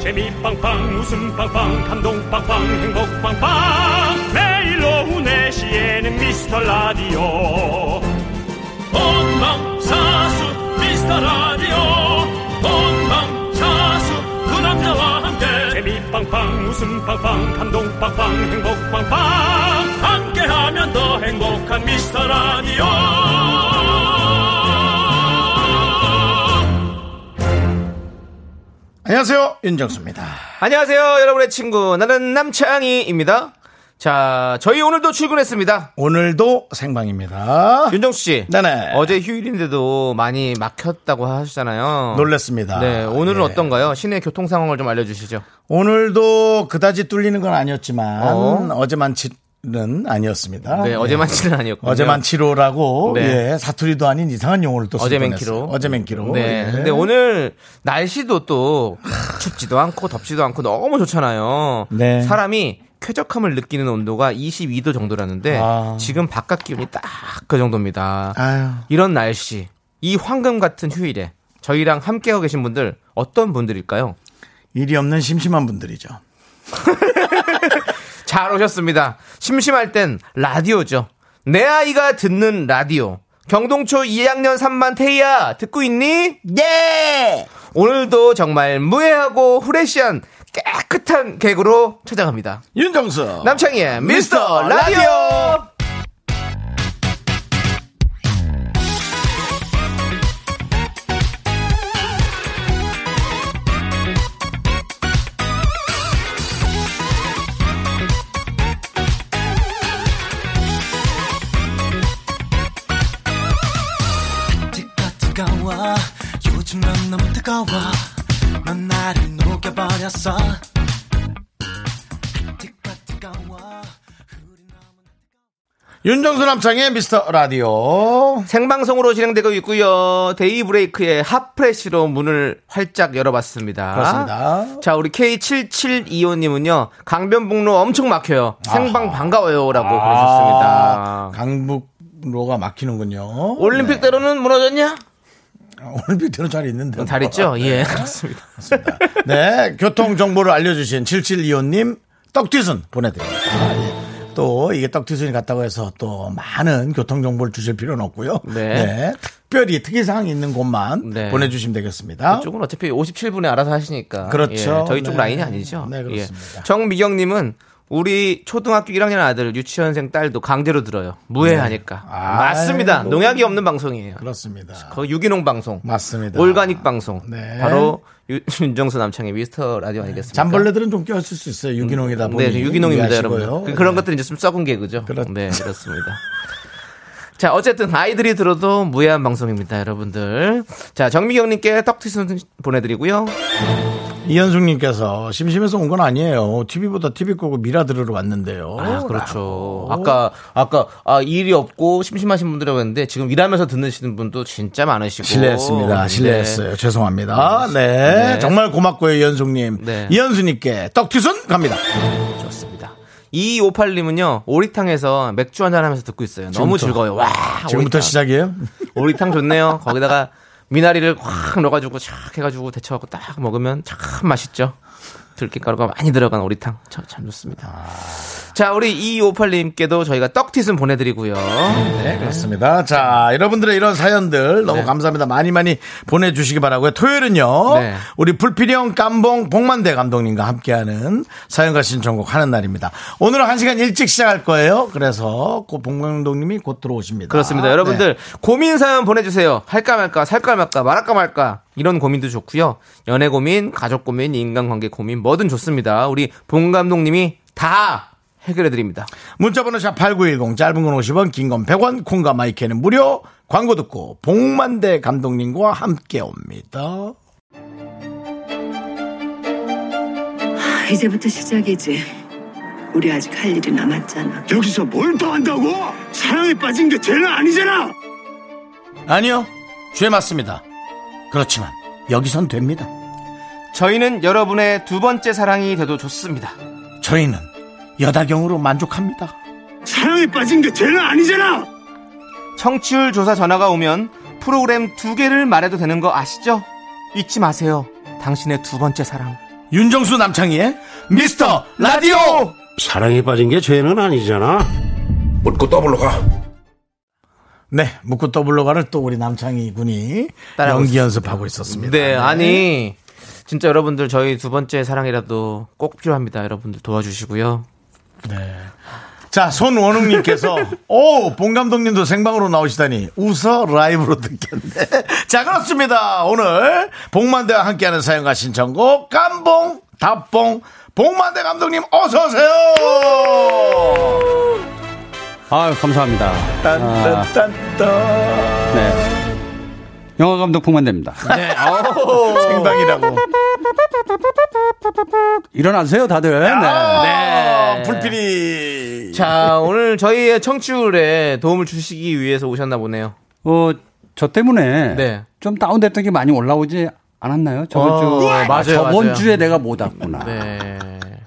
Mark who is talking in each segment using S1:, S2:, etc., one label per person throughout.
S1: 재미 빵빵 웃음 빵빵 감동 빵빵 행복 빵빵 매일 오후 4시에는 미스터 라디오 본방사수 미스터 라디오 본방사수 그 남자와 함께 재미 빵빵 웃음 빵빵 감동 빵빵 행복 빵빵 함께하면 더 행복한 미스터 라디오
S2: 안녕하세요 윤정수입니다.
S3: 안녕하세요, 여러분의 친구. 나는 남창희입니다. 자, 저희 오늘도 출근했습니다.
S2: 오늘도 생방입니다.
S3: 윤정수 씨.
S2: 네네.
S3: 어제 휴일인데도 많이 막혔다고 하셨잖아요.
S2: 놀랬습니다.
S3: 네, 오늘은
S2: 예.
S3: 어떤가요? 시내 교통 상황을 좀 알려주시죠.
S2: 오늘도 그다지 뚫리는 건 아니었지만
S3: 어?
S2: 어? 제만치는 아니었습니다.
S3: 네,
S2: 예.
S3: 어제만치는 아니었고.
S2: 어제만 치료라고
S3: 네.
S2: 예, 사투리도 아닌 이상한 용어를 또 쓰고
S3: 어제맨
S2: 냈어요.
S3: 키로.
S2: 어제맨 키로.
S3: 네.
S2: 예.
S3: 근데 오늘 날씨도 또 춥지도 않고 덥지도 않고 너무 좋잖아요.
S2: 네.
S3: 사람이 쾌적함을 느끼는 온도가 22도 정도라는데
S2: 아.
S3: 지금 바깥 기온이 딱 그 정도입니다.
S2: 아유.
S3: 이런 날씨, 이 황금 같은 휴일에 저희랑 함께하고 계신 분들 어떤 분들일까요?
S2: 일이 없는 심심한 분들이죠.
S3: 잘 오셨습니다. 심심할 땐 라디오죠. 내 아이가 듣는 라디오. 경동초 2학년 3반 태희야 듣고 있니? 네. 오늘도 정말 무해하고 후레시한 깨끗한 개그로 찾아갑니다.
S2: 윤정수.
S3: 남창희의 미스터 라디오.
S4: 뜨거 뜨거워 요즘 넌 너무 뜨거워 넌 나를 녹여버렸어 뜨거 뜨거워
S2: 윤정수 남창의 미스터 라디오.
S3: 생방송으로 진행되고 있고요. 데이브레이크의 핫프레시로 문을 활짝 열어봤습니다.
S2: 그렇습니다.
S3: 자, 우리 K7725님은요. 강변북로 엄청 막혀요. 생방 반가워요라고
S2: 아, 네.
S3: 보내셨습니다.
S2: 강북로가 막히는군요.
S3: 올림픽대로는 무너졌냐?
S2: 네. 올림픽대로 잘 있는데.
S3: 잘
S2: 어.
S3: 있죠?
S2: 네.
S3: 예, 그렇습니다.
S2: 그렇습니다. 네, 교통 정보를 알려주신 7725님 떡튀순 보내드립니다. 예. 또 이게 떡튀순이 같다고 해서 또 많은 교통 정보를 주실 필요는 없고요.
S3: 네.
S2: 특별히 특이사항이 있는 곳만
S3: 네.
S2: 보내주시면 되겠습니다.
S3: 쪽은 어차피 57분에 알아서 하시니까.
S2: 그렇죠.
S3: 예, 저희 쪽
S2: 네.
S3: 라인이 아니죠. 예.
S2: 네, 그렇습니다.
S3: 정미경님은 우리 초등학교 1학년 아들 유치원생 딸도 강제로 들어요. 무해하니까.
S2: 네. 아이고.
S3: 맞습니다. 농약이 없는 방송이에요.
S2: 그렇습니다.
S3: 거 유기농 방송.
S2: 맞습니다.
S3: 올가닉 방송.
S2: 네.
S3: 바로 유- 윤정수 남창의 미스터 라디오 아니겠습니까?
S2: 잠벌레들은 좀 껴있을 수 있어요. 유기농이다 보니.
S3: 네, 유기농입니다,
S2: 이해하시고요.
S3: 여러분. 그- 그런
S2: 네.
S3: 것들은 이제 좀 썩은 개그죠.
S2: 그렇-
S3: 네, 그렇습니다. 자, 어쨌든 아이들이 들어도 무해한 방송입니다, 여러분들. 자, 정미경님께 떡튀순 보내드리고요.
S2: 이현숙님께서 심심해서 온 건 아니에요. TV보다 TV 보고 미라 들으러 왔는데요.
S3: 아, 그렇죠. 아까, 아까, 아, 일이 없고 심심하신 분들이라고 했는데 지금 일하면서 듣는 분도 진짜 많으시고.
S2: 실례했습니다.
S3: 네.
S2: 실례했어요. 죄송합니다. 네.
S3: 네.
S2: 정말 고맙고요, 이현숙님.
S3: 네. 아,
S2: 이현수님께 떡튀순 갑니다.
S3: 좋습니다. 2258님은요, 오리탕에서 맥주 한잔 하면서 듣고 있어요. 너무
S2: 지금부터-
S3: 즐거워요. 와,
S2: 지금부터
S3: 오리탕.
S2: 시작이에요?
S3: 오리탕 좋네요. 거기다가 미나리를 확 넣어가지고 착 해가지고 데쳐갖고 딱 먹으면 참 맛있죠. 들깨가루가 많이 들어간 오리탕. 참, 참 좋습니다. 자, 우리 2258님께도 저희가 떡티순 보내드리고요.
S2: 네, 그렇습니다. 자, 여러분들의 이런 사연들 너무
S3: 네.
S2: 감사합니다. 많이 많이 보내주시기 바라고요. 토요일은요,
S3: 네.
S2: 우리 불필요한 깜봉 복만대 감독님과 함께하는 사연과 신청곡 하는 날입니다. 오늘은 한 시간 일찍 시작할 거예요. 그래서 곧 복만동님이 곧 들어오십니다.
S3: 그렇습니다.
S2: 네.
S3: 여러분들 고민 사연 보내주세요. 할까 말까, 살까 말까, 말할까 말까 이런 고민도 좋고요. 연애 고민, 가족 고민, 인간관계 고민 뭐든 좋습니다. 우리 봉 감독님이 다 해결해드립니다.
S2: 문자번호 샵8910 짧은 건 50원 긴 건 100원 콩과 마이크는 무료 광고 듣고 복만대 감독님과 함께 옵니다
S5: 아, 이제부터 시작이지. 우리 아직 할 일이 남았잖아.
S6: 여기서 뭘 더 한다고? 사랑에 빠진 게 죄는 아니잖아.
S2: 아니요 죄 맞습니다 그렇지만 여기선 됩니다
S3: 저희는 여러분의 두 번째 사랑이 돼도 좋습니다.
S2: 저희는 여다경으로 만족합니다
S6: 사랑에 빠진 게 죄는 아니잖아.
S3: 청취율 조사 전화가 오면 프로그램 두 개를 말해도 되는 거 아시죠? 잊지 마세요. 당신의 두 번째 사랑.
S2: 윤정수 남창희의 미스터 라디오
S7: 사랑에 빠진 게 죄는 아니잖아.
S2: 네 묻고 더블로 가를 또 우리 남창희 군이
S3: 따라하고
S2: 연기 연습하고 있었습니다
S3: 네, 아니 진짜 여러분들 저희 두 번째 사랑이라도 꼭 필요합니다. 여러분들 도와주시고요.
S2: 자 손원웅님께서 오봉 감독님도 생방으로 나오시다니 웃어 라이브로 듣겠네 자 그렇습니다 오늘 복만대와 함께하는 사연과 신청곡 깜봉 답봉 복만대 감독님 어서 오세요
S8: 아유 감사합니다. 아,
S2: 딴딴딴딴
S8: 네. 영화 감독 풍만됩니다.
S2: 생방이라고
S8: 일어나세요 다들. 네.
S2: 아,
S3: 네.
S2: 불필이
S3: 자, 오늘 저희의 청취율에 도움을 주시기 위해서 오셨나 보네요.
S8: 어, 저 때문에
S3: 네.
S8: 좀 다운됐던 게 많이 올라오지 않았나요? 저번
S3: 어,
S8: 주
S3: 맞아요,
S8: 저번
S3: 맞아요.
S8: 주에 내가 못 왔구나.
S3: 네.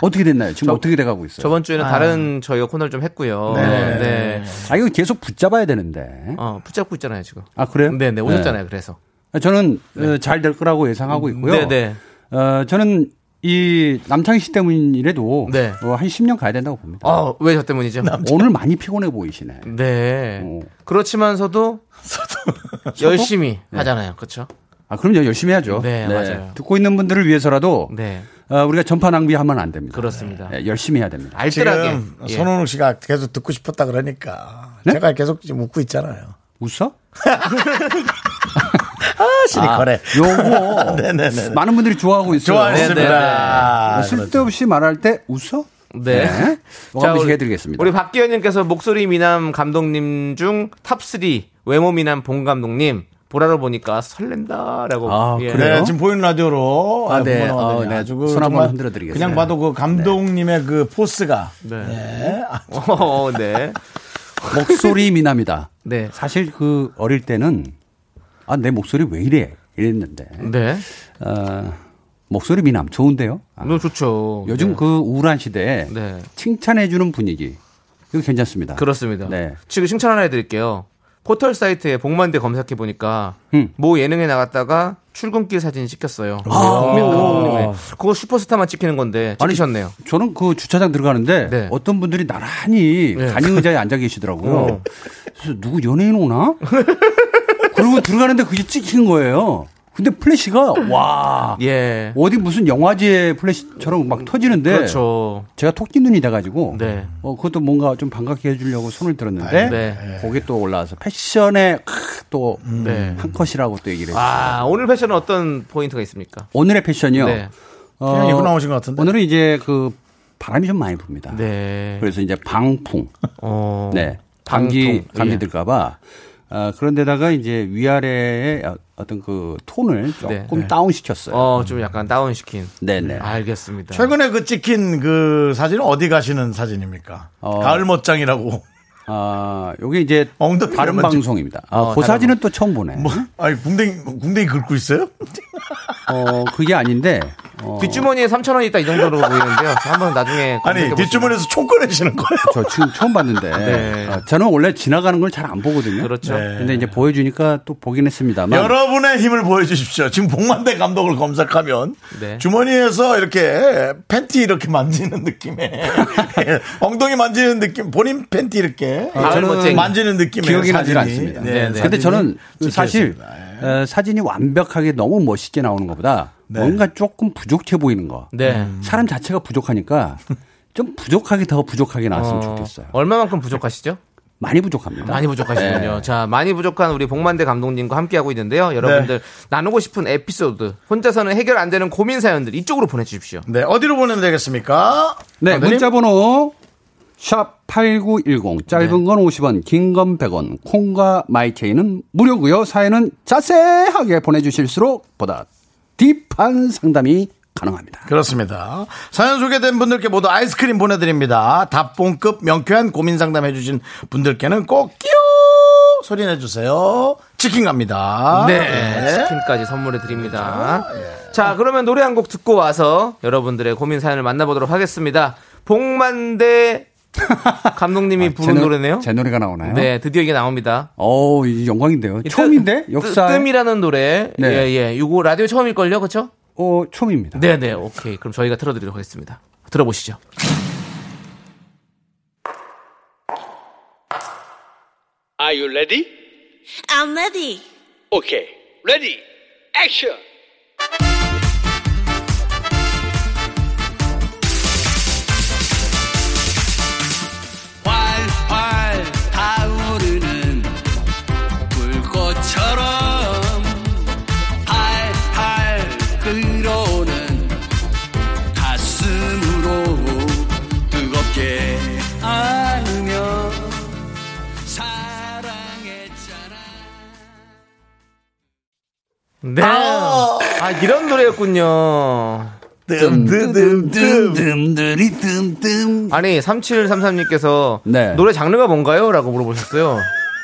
S8: 어떻게 됐나요? 지금 어떻게 돼가고 있어요?
S3: 저번 주에는 다른 저희가 코너를 좀 했고요.
S2: 네.
S3: 아. 네.
S8: 아 이거 계속 붙잡아야 되는데.
S3: 어, 붙잡고 있잖아요, 지금.
S8: 아 그래요?
S3: 네, 네, 오셨잖아요. 그래서.
S8: 네. 저는 잘 될 거라고 예상하고 있고요.
S3: 네, 네.
S8: 어, 저는 이 남창희 씨 때문이라도
S3: 네.
S8: 어, 한 10년 가야 된다고 봅니다.
S3: 어, 왜 저 때문이죠?
S8: 오늘 많이 피곤해 보이시네.
S3: 네.
S8: 어.
S3: 그렇지만서도 열심히
S8: 네.
S3: 하잖아요. 그렇죠?
S8: 아 그럼 열심히 해야죠.
S3: 네, 맞아요.
S8: 듣고 있는 분들을 위해서라도
S3: 네.
S8: 어, 우리가 전파 낭비하면 안 됩니다.
S3: 그렇습니다.
S8: 네, 열심히 해야 됩니다.
S3: 알뜰하게.
S2: 지금
S3: 예.
S2: 손원웅 씨가 계속 듣고 싶었다 그러니까
S8: 네?
S2: 제가 계속 지금 웃고 있잖아요
S8: 웃어?
S2: 시니컬에
S8: 요거
S2: 네네네.
S8: 많은 분들이 좋아하고 있어요.
S2: 좋아했습니다.
S8: 네. 쓸데없이 말할 때 웃어?
S3: 네.
S8: 자,
S3: 우리-
S8: 해드리겠습니다.
S3: 우리 박기현님께서 목소리 미남 감독님 중 탑3 외모 미남 봉 감독님 보라로 보니까 설렌다라고. 예.
S8: 아, 그래요?
S2: 네, 지금 보이는 라디오로 아,
S8: 네.
S2: 네.
S8: 어, 네.
S2: 아주 그
S8: 손 한번
S2: 정말
S8: 흔들어 드리겠습니다.
S2: 그냥 봐도 그 감독님의 그 포스가 네. 아,
S3: 어, 네.
S8: 목소리 미남이다.
S3: 네.
S8: 사실 그 어릴 때는 아, 내 목소리 왜 이래? 이랬는데.
S3: 네.
S8: 어, 목소리 미남 좋은데요? 아,
S3: 너무 좋죠.
S8: 요즘
S3: 네.
S8: 그 우울한 시대에
S3: 네.
S8: 칭찬해주는 분위기. 이거 괜찮습니다.
S3: 그렇습니다.
S8: 네.
S3: 지금 칭찬 하나 해드릴게요. 포털 사이트에 복만대 검색해 보니까
S8: 음. 아.
S3: 모 예능에 나갔다가 출근길 사진 찍혔어요.
S8: 오.
S3: 네. 그거 슈퍼스타만 찍히는 건데 찍히셨네요.
S8: 저는 그 주차장 들어가는데
S3: 네.
S8: 어떤 분들이 나란히
S3: 네.
S8: 간이 의자에 앉아 계시더라고요.
S3: 어.
S8: 그래서 누구 연예인 오나? 그리고 들어가는데 그게 찍힌 거예요. 근데 플래시가 와
S3: 예.
S8: 어디 무슨 영화제 플래시처럼 막 터지는데
S3: 그렇죠.
S8: 제가 토끼 눈이 돼가지고
S3: 네.
S8: 어, 그것도 뭔가 좀 반갑게 해주려고 손을 들었는데
S3: 네.
S8: 거기 또 올라와서 패션의 또한
S3: 네.
S8: 컷이라고 또 얘기를 해요.
S3: 아 오늘 패션은 어떤 포인트가 있습니까?
S8: 오늘의 패션이요.
S3: 네.
S8: 어,
S2: 그냥 입고 나오신 것 같은데.
S8: 오늘은 이제 그 바람이 좀 많이 붑니다.
S3: 네.
S8: 그래서 이제 방풍,
S3: 어.
S8: 네, 감기
S3: 방풍.
S8: 감기
S3: 예.
S8: 들까봐. 아, 그런데다가 이제 위아래의 어떤 그 톤을
S3: 네,
S8: 조금
S3: 네.
S8: 다운 시켰어요.
S3: 어, 아. 좀 약간 다운 시킨.
S8: 네네.
S3: 알겠습니다.
S2: 최근에 그 찍힌 그 사진은 어디 가시는 사진입니까?
S8: 어.
S2: 가을 멋장이라고.
S8: 아, 요게 이제
S2: 엉덩이
S8: 다른
S2: 먼저.
S8: 방송입니다. 아,
S3: 어,
S8: 그
S3: 다른
S8: 사진은 또 처음 보네.
S2: 뭐, 아니 궁뎅이 궁뎅이 긁고 있어요?
S8: 어, 그게 아닌데. 어,
S3: 뒷주머니에 3천 원 있다 이 정도로 보이는데요. 저 한번 나중에
S2: 아니
S3: 검색해보시면-
S2: 뒷주머니에서 총 꺼내시는 거예요?
S8: 저 지금 처음 봤는데.
S3: 네.
S8: 어, 저는 원래 지나가는 걸 잘 안 보거든요.
S3: 그렇죠.
S2: 네.
S8: 근데 이제 보여주니까 또 보긴 했습니다만.
S2: 여러분의 힘을 보여주십시오. 지금 복만대 감독을 검색하면
S3: 네.
S2: 주머니에서 이렇게 팬티 이렇게 만지는 느낌에 엉덩이 만지는 느낌, 본인 팬티 이렇게 예,
S3: 가을
S8: 저는
S3: 멋쟁이.
S2: 만지는 느낌의
S8: 아, 기억이 나질
S2: 사진이.
S8: 않습니다.
S2: 네, 네.
S8: 근데
S2: 사진이
S8: 저는
S2: 찍혀
S8: 사실
S2: 있습니다. 네.
S8: 어, 사진이 완벽하게 너무 멋있게 나오는 것보다 뭔가 조금 부족해 보이는 거. 음.
S3: 네.
S8: 사람 자체가 부족하니까 좀 부족하게 더 부족하게 나왔으면
S3: 어,
S8: 좋겠어요.
S3: 얼마만큼 부족하시죠?
S8: 많이 부족합니다.
S3: 네. 많이 부족하시군요.
S8: 네.
S3: 자, 많이 부족한 우리 복만대 감독님과 함께하고 있는데요.
S8: 네.
S3: 여러분들 나누고 싶은 에피소드, 혼자서는 해결 안 되는 고민 사연들 이쪽으로 보내주십시오.
S2: 네, 어디로 보내면 되겠습니까?
S8: 네,
S2: 감독님?
S8: 문자 번호 샵 8910 짧은
S2: 네.
S8: 건 50원, 긴 건 100원. 콩과 마이케이는 무료고요. 사연은 자세하게 보내 주실수록 보다 딥한 상담이 가능합니다.
S2: 그렇습니다. 사연 소개된 분들께 모두 아이스크림 보내드립니다. 답봉급 명쾌한 고민 상담 해주신 분들께는 꼭 끼요 소리 내주세요. 치킨
S8: 아,
S2: 갑니다.
S3: 네. 치킨까지 선물해 드립니다.
S8: 그렇죠. 예.
S3: 자, 그러면 노래 한 곡 듣고 와서 여러분들의 고민 사연을 만나보도록 하겠습니다. 복만대 감독님이
S8: 아,
S3: 부른
S8: 제 노-
S3: 노래네요.
S8: 제 노래가 나오나요?
S3: 네, 드디어 이게 나옵니다.
S8: 어우, 이 영광인데요. 처음인데?
S3: 뜸-
S8: 역사.
S3: 뜸이라는 노래.
S8: 네.
S3: 예, 예. 이거 라디오 처음일걸요? 그쵸?
S8: 어, 처음입니다.
S3: 네네, 오케이. 그럼 저희가 틀어드리도록 하겠습니다. 들어보시죠.
S9: Are you ready?
S10: I'm ready.
S9: Okay. Ready. Action.
S4: 활활 타오르는 불꽃처럼 팔팔 끓어오는 가슴으로 뜨겁게 안으며 사랑했잖아
S3: 네. 아, 이런 노래였군요.
S8: 뜸뜸뜸뜸들이 뜸뜸.
S3: 아니, 3733님께서
S8: 네.
S3: 노래 장르가 뭔가요? 라고 물어보셨어요.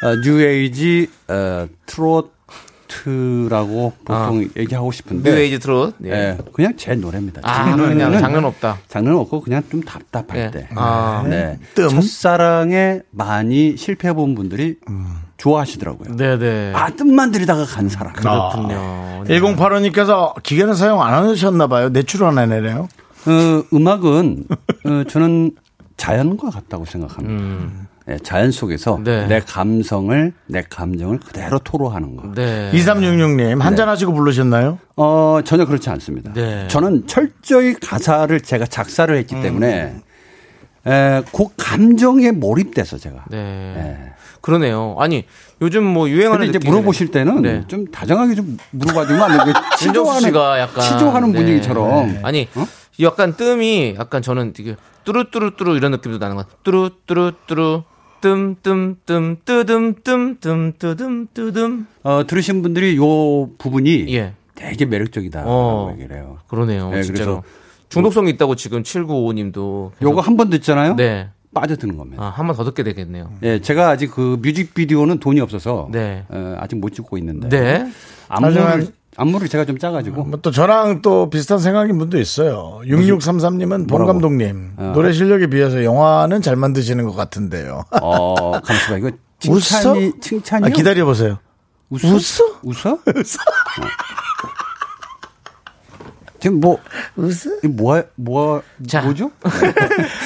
S8: 어, 뉴에이지 어, 트로트라고 보통 얘기하고 싶은데.
S3: 뉴에이지 트롯. 예.
S8: 예, 그냥 제 노래입니다.
S3: 아, 그냥 장르는 없다.
S8: 장르는 없고 그냥 좀 답답할
S3: 예.
S8: 때.
S3: 아.
S8: 네. 첫사랑에 많이 실패해 본 분들이 좋아하시더라고요.
S3: 네네.
S8: 아, 뜸만 들이다가 간 사람.
S2: 아.
S3: 그렇군요.
S2: 네. 1085님께서 기계는 사용 안 하셨나봐요. 내추럴 안 해내네요.
S8: 어, 음악은 어, 저는 자연과 같다고 생각합니다. 예, 자연 속에서
S3: 음. 네.
S8: 내 감성을 내 감정을 그대로 토로하는 거.
S3: 네.
S2: 2366님, 한잔하시고 부르셨나요?
S8: 어, 전혀 그렇지 않습니다.
S3: 네. 음.
S8: 저는 철저히 가사를 제가 작사를 했기 때문에 에, 그 감정에 몰입돼서 제가
S3: 네.
S8: 예.
S3: 그러네요. 아니, 요즘 뭐 유행하는
S8: 근데 이제
S3: 느낌이네요.
S8: 물어보실 때는
S3: 네.
S8: 좀 다정하게 좀 물어봐 주면 안 되고
S3: 윤정수
S8: 치조하는
S3: 씨가 약간
S8: 치조하는
S3: 네.
S8: 분위기처럼 어?
S3: 네. 아니 약간 뜸이 약간 저는 되게 뚜루뚜루뚜루 이런 느낌도 나는 것 같아요 뚜루뚜루뚜루 뜸뜸뜸 뜨듬 뜸뜸 뜨듬 뜨듬
S8: 어, 들으신 분들이 요 부분이
S3: 예
S8: 되게 매력적이다라고
S3: 어.
S8: 얘기를 해요.
S3: 그러네요
S8: 네,
S3: 진짜로
S8: 그래서
S3: 중독성이 있다고 지금 7955님도
S8: 요거 한 번 듣잖아요.
S3: 네.
S8: 빠져드는 겁니다.
S3: 아, 한 번 더 듣게 되겠네요
S8: 예, 제가 아직 그 뮤직비디오는 돈이 없어서
S3: 네.
S8: 어, 아직 못 찍고 있는데
S3: 네 아,
S8: 안무를
S2: 하지만-
S8: 안무를 제가 좀 짜가지고
S2: 뭐또 저랑 또 비슷한 생각인 분도 있어요. 6633님은 봉
S8: 뭐라고?
S2: 감독님 노래 실력에 비해서 영화는 잘 만드시는 것 같은데요.
S8: 어 감수가 이거 칭찬이
S2: 웃어?
S8: 칭찬이
S2: 아, 기다려보세요.
S8: 웃어
S2: 웃어?
S8: 웃어 어. 지금 뭐
S2: 웃어?
S8: 뭐뭐 뭐,
S3: 자.
S8: 뭐죠?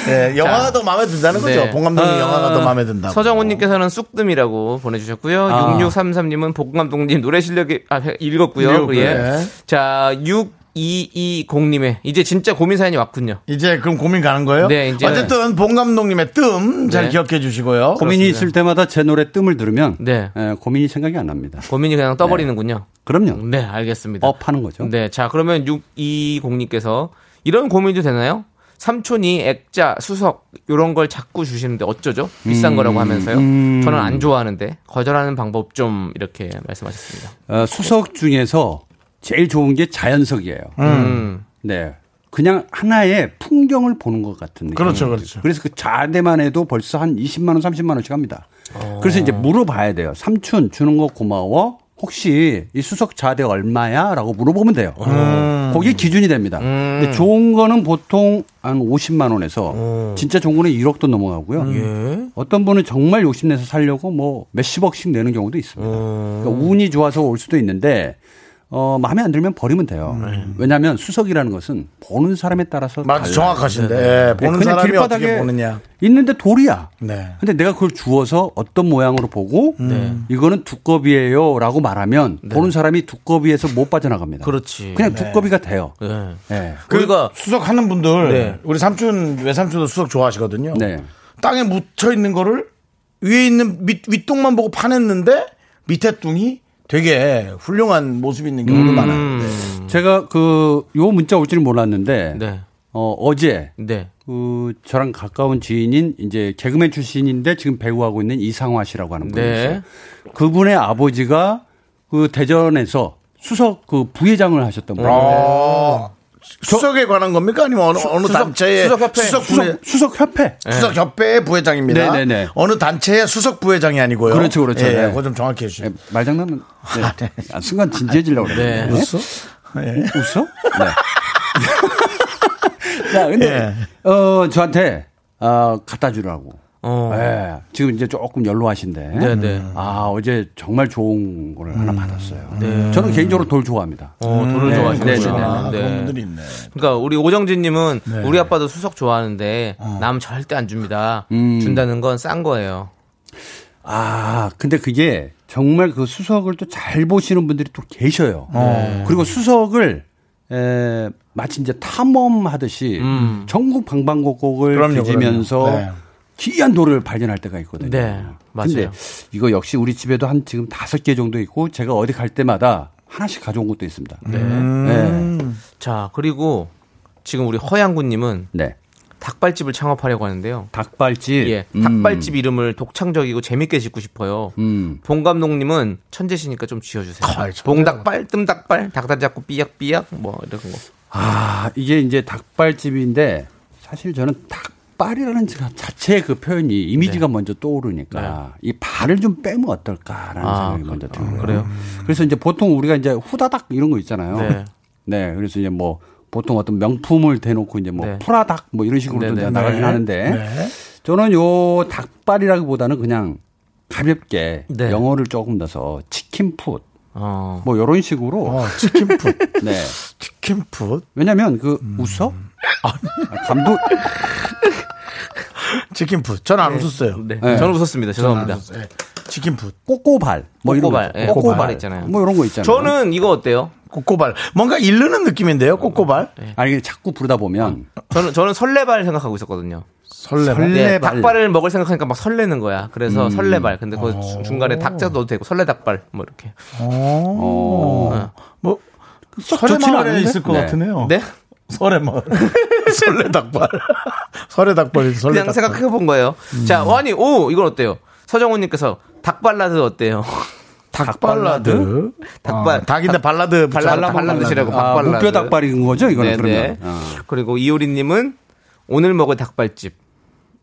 S2: 네, 영화가 더 마음에 든다는 거죠.
S3: 네.
S2: 봉 감독님
S8: 어.
S2: 영화가 더 마음에 든다고.
S3: 서정훈님께서는 쑥뜸이라고 보내주셨고요. 6633님은 복감독님 노래 실력이 아, 읽었고요.
S2: 읽었고요.
S3: 예.
S2: 네.
S3: 자, 6220님의 이제 진짜 고민 사연이 왔군요.
S2: 이제 그럼 고민 가는 거예요?
S3: 네, 이제.
S2: 어쨌든 봉 감독님의 뜸 잘
S3: 네.
S2: 기억해 주시고요.
S8: 고민이 있을 때마다 제 노래 뜸을 들으면
S3: 네.
S8: 예, 고민이 생각이 안 납니다.
S3: 고민이 그냥 떠버리는군요.
S8: 그럼요.
S3: 네, 알겠습니다.
S8: 업하는 거죠.
S3: 네, 자 그러면 6220님께서 이런 고민도 되나요? 삼촌이 액자, 수석 이런 걸 자꾸 주시는데 어쩌죠? 비싼 거라고 하면서요. 저는 안 좋아하는데 거절하는 방법 좀 이렇게 말씀하셨습니다.
S8: 어, 수석 중에서 제일 좋은 게 자연석이에요.
S3: 음.
S8: 네. 그냥 하나의 풍경을 보는 것 같은 느낌.
S2: 그렇죠, 그렇죠.
S8: 그래서 그 좌대만 해도 벌써 한 20만 원, 30만 원씩 합니다. 그래서 이제 물어봐야 돼요. 삼촌 주는 거 고마워. 혹시 이 수석 좌대 얼마야?라고 물어보면 돼요.
S2: 음.
S8: 그게 기준이 됩니다. 근데 좋은 거는 보통 한 50만 원에서
S2: 음.
S8: 진짜 좋은 거는 1억도 넘어가고요.
S2: 예.
S8: 어떤 분은 정말 욕심내서 살려고 뭐 몇십억씩 내는 경우도 있습니다.
S2: 음.
S8: 그러니까 운이 좋아서 올 수도 있는데 어, 마음에 안 들면 버리면 돼요. 왜냐하면 수석이라는 것은 보는 사람에 따라서
S2: 네. 맞아
S8: 달라요. 네,
S2: 정확하신데 예, 보는
S8: 그냥
S2: 사람이 어떻게
S8: 길바닥에
S2: 보느냐.
S8: 있는데 돌이야.
S2: 네.
S8: 근데 내가 그걸 주워서 어떤 모양으로 보고 이거는 두꺼비예요라고 말하면
S2: 네.
S8: 보는 사람이 두꺼비에서 못 빠져나갑니다.
S3: 그렇지.
S8: 그냥 두꺼비가 돼요.
S3: 네.
S8: 네.
S3: 우리가
S2: 수석 하는 분들
S3: 네.
S2: 우리 삼촌 외삼촌도 수석 좋아하시거든요.
S8: 네.
S2: 땅에 묻혀 있는 거를 위에 있는 밑, 윗동만 보고 파냈는데 밑에 뚱이 되게 훌륭한 모습이 있는
S8: 음.
S2: 경우도 많아요. 네.
S8: 제가 그 요 문자 올 줄은 몰랐는데
S3: 네.
S8: 어, 어제
S3: 네.
S8: 그 저랑 가까운 지인인 이제 개그맨 출신인데 지금 배우하고 있는 이상화 씨라고 하는 분이
S3: 네.
S8: 있어요. 그분의 아버지가 그 대전에서 수석 그 부회장을 하셨던 분이에요.
S2: 어, 수석에 관한 겁니까? 아니면 어느, 어느
S3: 수석-
S2: 단체의
S3: 수석협회.
S2: 수석 부회,
S8: 수석 수석 협회.
S2: 수석 협회의 부회장입니다.
S8: 네네네.
S2: 어느 단체의 수석 부회장이 아니고요.
S8: 그렇죠, 그렇죠.
S2: 예,
S8: 네.
S2: 그거 좀 정확히 해주세요.
S8: 예, 말장난은 네. 아, 순간 진지해지려고 그랬네.
S3: 네.
S8: 웃어? 웃어? 네. 야, 근데 어 저한테 어, 아, 갖다 주라고.
S3: 어.
S8: 예, 지금 이제 조금 연로하신데.
S3: 네네.
S8: 아, 어제 정말 좋은 거를 하나 받았어요.
S3: 네.
S8: 저는 개인적으로 돌 좋아합니다.
S3: 어, 돌을
S8: 네,
S3: 좋아하시는구나.
S2: 아, 그런 분들이
S3: 네.
S2: 있네.
S3: 그러니까 우리 오정진님은 우리 아빠도 수석 좋아하는데 남 절대 안 줍니다. 준다는 건 싼 거예요.
S8: 아, 근데 그게 정말 그 수석을 또 잘 보시는 분들이 또 계셔요. 그리고 수석을 에, 마치 이제 탐험하듯이 전국 방방곡곡을
S2: 그럼요,
S8: 뒤지면서
S2: 그럼요. 네.
S8: 기이한 돌을 발견할 때가 있거든요.
S3: 네, 맞아요.
S8: 근데 이거 역시 우리 집에도 한 지금 다섯 개 정도 있고 제가 어디 갈 때마다 하나씩 가져온 것도 있습니다. 네.
S3: 자, 그리고 지금 우리 허양구님은
S8: 네.
S3: 닭발집을 창업하려고 하는데요.
S8: 닭발집.
S3: 예,
S8: 음.
S3: 닭발집 이름을 독창적이고 재밌게 짓고 싶어요.
S8: 음.
S3: 봉감독님은 천재시니까 좀 지어주세요. 봉닭발, 뜸닭발, 닭다리 잡고 삐약삐약 뭐 이런 거.
S8: 아, 이게 이제 닭발집인데 사실 저는 닭발이라는 자- 자체의 그 표현이 이미지가
S3: 네.
S8: 먼저 떠오르니까 이 발을 좀 빼면 어떨까라는
S3: 아,
S8: 생각이 먼저
S3: 그렇구나.
S8: 들어요.
S3: 그래요?
S8: 그래서 이제 보통 우리가 이제 후다닥 이런 거 있잖아요.
S3: 네.
S8: 네. 그래서 이제 뭐 보통 어떤 명품을 대놓고 이제 뭐
S3: 네.
S8: 프라닭 뭐 이런 식으로 도
S3: 네, 네,
S8: 나가긴
S2: 네.
S8: 하는데
S2: 네.
S8: 저는 요 닭발이라기보다는 그냥 가볍게
S3: 네.
S8: 영어를 조금 넣어서 치킨풋
S3: 어.
S8: 뭐 이런 식으로
S2: 어, 치킨풋.
S8: 네.
S2: 치킨풋.
S8: 왜냐면 그
S3: 음.
S8: 웃어? 아, 감독
S2: 치킨풋. 전 안 웃었어요.
S3: 네.
S8: 네.
S3: 저는 웃었습니다. 죄송합니다.
S2: 네. 치킨풋.
S8: 꼬꼬발 뭐 이런
S3: 꼬꼬발,
S8: 거
S3: 예,
S8: 있죠.
S3: 꼬꼬발 있잖아요.
S8: 뭐 이런 거 있잖아요.
S3: 저는 이거 어때요?
S2: 꼬꼬발. 뭔가 이르는 느낌인데요, 꼬꼬발.
S8: 아니 이게 자꾸 부르다
S3: 음.
S8: 보면
S3: 저는 저는 설레발 생각하고 있었거든요.
S2: 설레발. 예,
S3: 네,
S8: 설레발.
S3: 닭발을 먹을 생각하니까 막 설레는 거야. 그래서 설레발. 근데 그 중- 중간에 닭자 넣어도 되고 설레닭발 뭐 이렇게.
S2: 어. 뭐,
S8: 좋지는
S2: 설레마을에
S8: 않은데?
S2: 있을 것
S8: 네.
S2: 같으네요.
S3: 네?
S2: 설레마을. 설레닭발. 설레닭발이 설레닭발.
S3: 그냥 생각해 본 거예요. 자, 아니, 오, 이건 어때요? 서정훈님께서 닭발라드 어때요?
S2: 닭발라드. 아,
S3: 닭발.
S2: 닭인데 발라드.
S3: 발라드,
S2: 잘
S3: 발라드 시라고.
S8: 아,
S3: 닭발라드.
S8: 목뼈 닭발인 거죠 이거는
S3: 네네.
S8: 그러면. 아.
S3: 그리고 이효리님은 오늘 먹을 닭발집.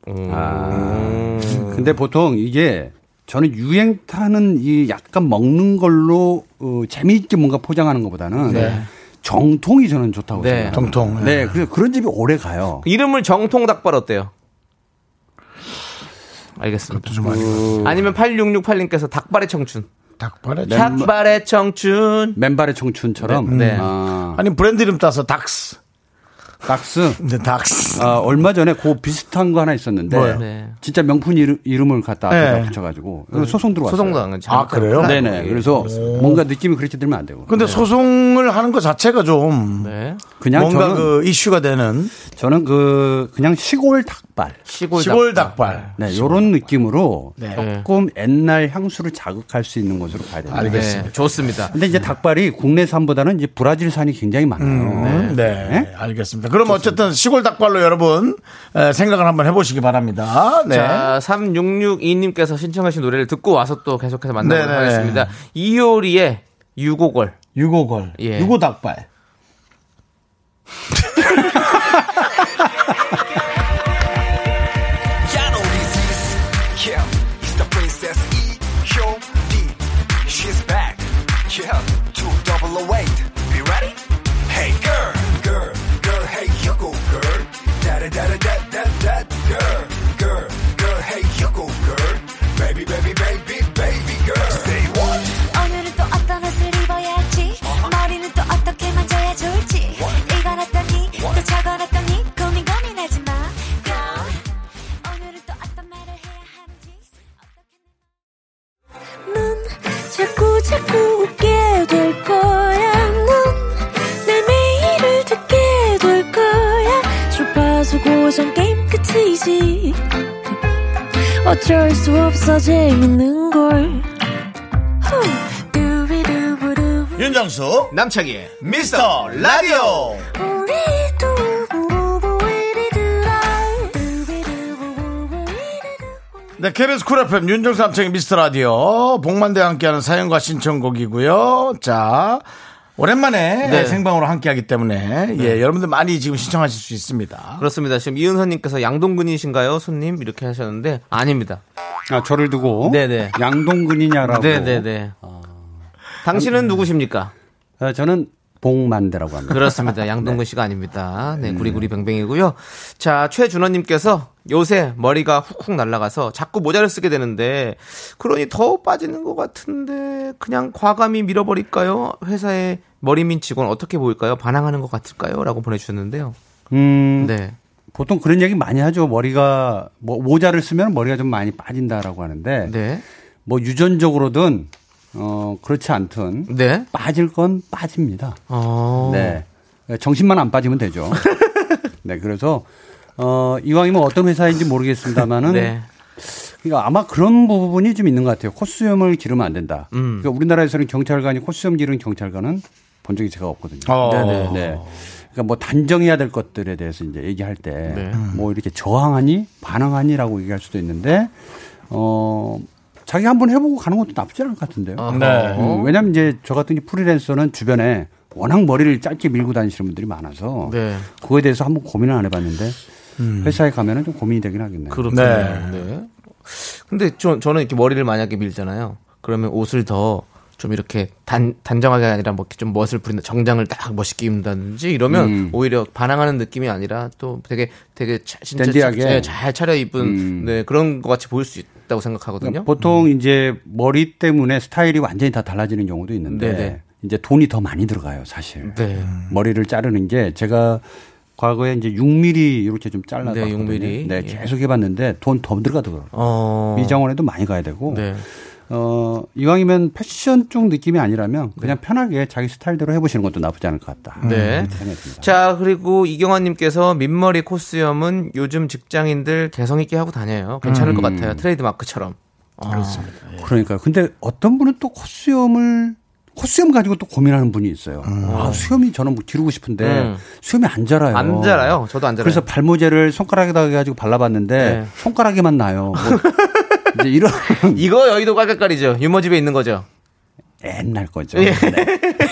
S3: 오. 음.
S8: 근데 보통 이게 저는 유행 타는 이 약간 먹는 걸로 어, 재미있게 뭔가 포장하는 것보다는 정통이 저는 좋다고
S3: 네.
S8: 생각해요.
S2: 정통.
S8: 네, 그래서 그런 집이 오래 가요.
S3: 이름을 정통 닭발 어때요? 알겠습니다. 음. 아니면 8668님께서 닭발의 청춘.
S2: 닭발에.
S3: 닭발의 청춘.
S8: 맨발의 청춘처럼.
S3: 네.
S8: 아,
S2: 어. 아니, 브랜드 이름 따서 닥스.
S8: 닥스.
S2: 근데 닥스.
S8: 아, 얼마 전에 그 비슷한 거 하나 있었는데
S2: 뭐예요?
S3: 네.
S8: 진짜 명품 이름, 이름을 갖다 앞에다
S2: 네.
S8: 붙여가지고 소송 들어왔어요.
S3: 소송도 안 가지.
S2: 아, 그래요? 안
S8: 네네. 그래서 뭔가 느낌이 그렇게 들면 안 되고.
S2: 근데 소송을 하는 것 자체가 좀
S3: 네.
S8: 그냥
S2: 뭔가
S8: 저는
S2: 그 이슈가 되는
S8: 저는 그 그냥 시골 닭발.
S3: 시골,
S2: 시골
S3: 닭.
S2: 닭발.
S8: 네, 요런 느낌으로
S2: 네.
S8: 조금 옛날 향수를 자극할 수 있는 것으로 봐야 됩니다.
S3: 네, 좋습니다.
S8: 근데 이제 닭발이 국내산보다는 이제 브라질산이 굉장히 많아요.
S2: 음. 음, 네. 알겠습니다. 그럼 어쨌든 시골 닭발로 여러분 에, 생각을 한번 해보시기 바랍니다. 네.
S3: 자, 3662님께서 신청하신 노래를 듣고 와서 또 계속해서 만나보도록
S2: 네네.
S3: 하겠습니다. 이효리의 유고걸.
S2: 유고걸,
S3: 예.
S2: 유고 닭발.
S4: Y'all know this is Kim. It's the princess E. Yo, D. She's back. Yeah, two double away. You ready? Hey girl, girl, girl. Hey you go girl. Da da da da da da da. Girl, girl, girl. Hey you go girl. Baby, baby, baby, baby girl. Say what?
S11: 오늘은 또 어떤 옷을 입어야지 머리는 또 어떻게 만져야 좋을지 이건 어떠니 또 저건 어떠니 고민 고민하지 마 Go. 오늘은 또 어떤 말을 해야 하는지 어떻게 넌 자꾸 자꾸 웃게 될 거야 넌내 매일을 듣게 될 거야 주파수 고정 게임 끝이지 어쩔 수 없어 재밌는 걸
S2: 윤정수
S3: 남창희의
S2: 미스터 라디오. 네, KBS 쿨 FM 윤정수 남창의 미스터 라디오 복만대와 함께하는 사연과 신청곡이고요. 자. 오랜만에
S3: 네.
S2: 생방으로 함께하기 때문에 예 여러분들 많이 지금 신청하실 수 있습니다.
S3: 그렇습니다. 지금 이은서님께서 양동근이신가요, 손님? 이렇게 하셨는데 아닙니다.
S8: 아, 저를 두고
S3: 네네. 네,
S2: 네,
S8: 양동근이냐라고.
S3: 네네네. 당신은 누구십니까?
S8: 아, 저는 복만대라고 합니다.
S3: 그렇습니다. 양동근 씨가 아닙니다. 네, 구리구리 뱅뱅이고요. 자, 최준호님께서 요새 머리가 훅훅 날아가서 자꾸 모자를 쓰게 되는데 그러니 더 빠지는 것 같은데 그냥 과감히 밀어버릴까요? 회사에 머리민 직원 어떻게 보일까요? 반항하는 것 같을까요? 라고 보내주셨는데요.
S2: 그-
S8: 음,
S3: 네.
S8: 보통 그런 얘기 많이 하죠. 머리가 뭐 모자를 쓰면 머리가 좀 많이 빠진다라고 하는데
S3: 네.
S8: 뭐 유전적으로든 어 그렇지 않든 빠질 건 빠집니다.
S3: 네. 어.
S8: 네. 정신만 안 빠지면 되죠. 네, 그래서 어 이왕이면 어떤 회사인지 모르겠습니다만은
S3: 네.
S8: 그러니까 아마 그런 부분이 좀 있는 것 같아요. 콧수염을 기르면 안 된다.
S3: 음.
S8: 그러니까 우리나라에서는 경찰관이 콧수염 기른 경찰관은 본 적이 제가 없거든요.
S3: 어.
S8: 네
S3: 네네.
S8: 그러니까 뭐 단정해야 될 것들에 대해서 이제 얘기할 때 뭐
S3: 네.
S8: 이렇게 저항하니 반항하니라고 얘기할 수도 있는데 어 자기 한번 해보고 가는 것도 나쁘지 않을 것 같은데요.
S3: 아, 네.
S8: 음, 왜냐하면 이제 저 같은 이 프리랜서는 주변에 워낙 머리를 짧게 밀고 다니시는 분들이 많아서
S3: 네. 음.
S8: 그거에 대해서 한번 고민을 안 해봤는데 회사에 가면은 좀 고민이 되긴 하겠네요.
S3: 그렇군요. 네. 근데 저, 저는 이렇게 머리를 만약에 밀잖아요. 그러면 옷을 더 좀 이렇게 단, 단정하게 아니라 뭐 이렇게 좀 멋을 부린다. 정장을 딱 멋있게 입는다든지 이러면
S8: 음.
S3: 오히려 반항하는 느낌이 아니라 또 되게 되게 차, 진짜
S8: 댄디하게.
S3: 잘, 잘 차려입은
S8: 음. 뭐,
S3: 네, 그런 것 같이 보일 수 있다고 생각하거든요. 음.
S8: 보통 이제 머리 때문에 스타일이 완전히 다 달라지는 경우도 있는데
S3: 네네.
S8: 이제 돈이 더 많이 들어가요 사실.
S3: 네.
S8: 머리를 자르는 게 제가 과거에 이제 6mm 이렇게 좀 잘라서
S3: 네, 6mm.
S8: 네
S3: 예.
S8: 계속 해봤는데 돈 더 들어가더라고요.
S3: 어.
S8: 미장원에도 많이 가야 되고.
S3: 네.
S8: 어, 이왕이면 패션 쪽 느낌이 아니라면 그냥 편하게 자기 스타일대로 해보시는 것도 나쁘지 않을 것 같다.
S3: 네.
S8: 그렇게 생각이 듭니다.
S3: 자, 그리고 이경환님께서 민머리 코스염은 요즘 직장인들 개성있게 하고 다녀요. 괜찮을 것
S8: 음.
S3: 같아요. 트레이드 마크처럼. 아. 그렇습니다.
S8: 그러니까요. 근데 어떤 분은 또 콧수염을 콧수염 가지고 또 고민하는 분이 있어요. 아, 수염이 저는 뭐 기르고 싶은데
S3: 음.
S8: 수염이 안 자라요.
S3: 안 자라요. 저도 안 자라요.
S8: 그래서 발모제를 손가락에다가 가지고 발라봤는데
S3: 네.
S8: 손가락에만 나요. 뭐 이제 이런
S3: 이거 여의도 깔깔깔이죠. 유머집에 있는 거죠.
S8: 옛날 거죠.
S3: 예.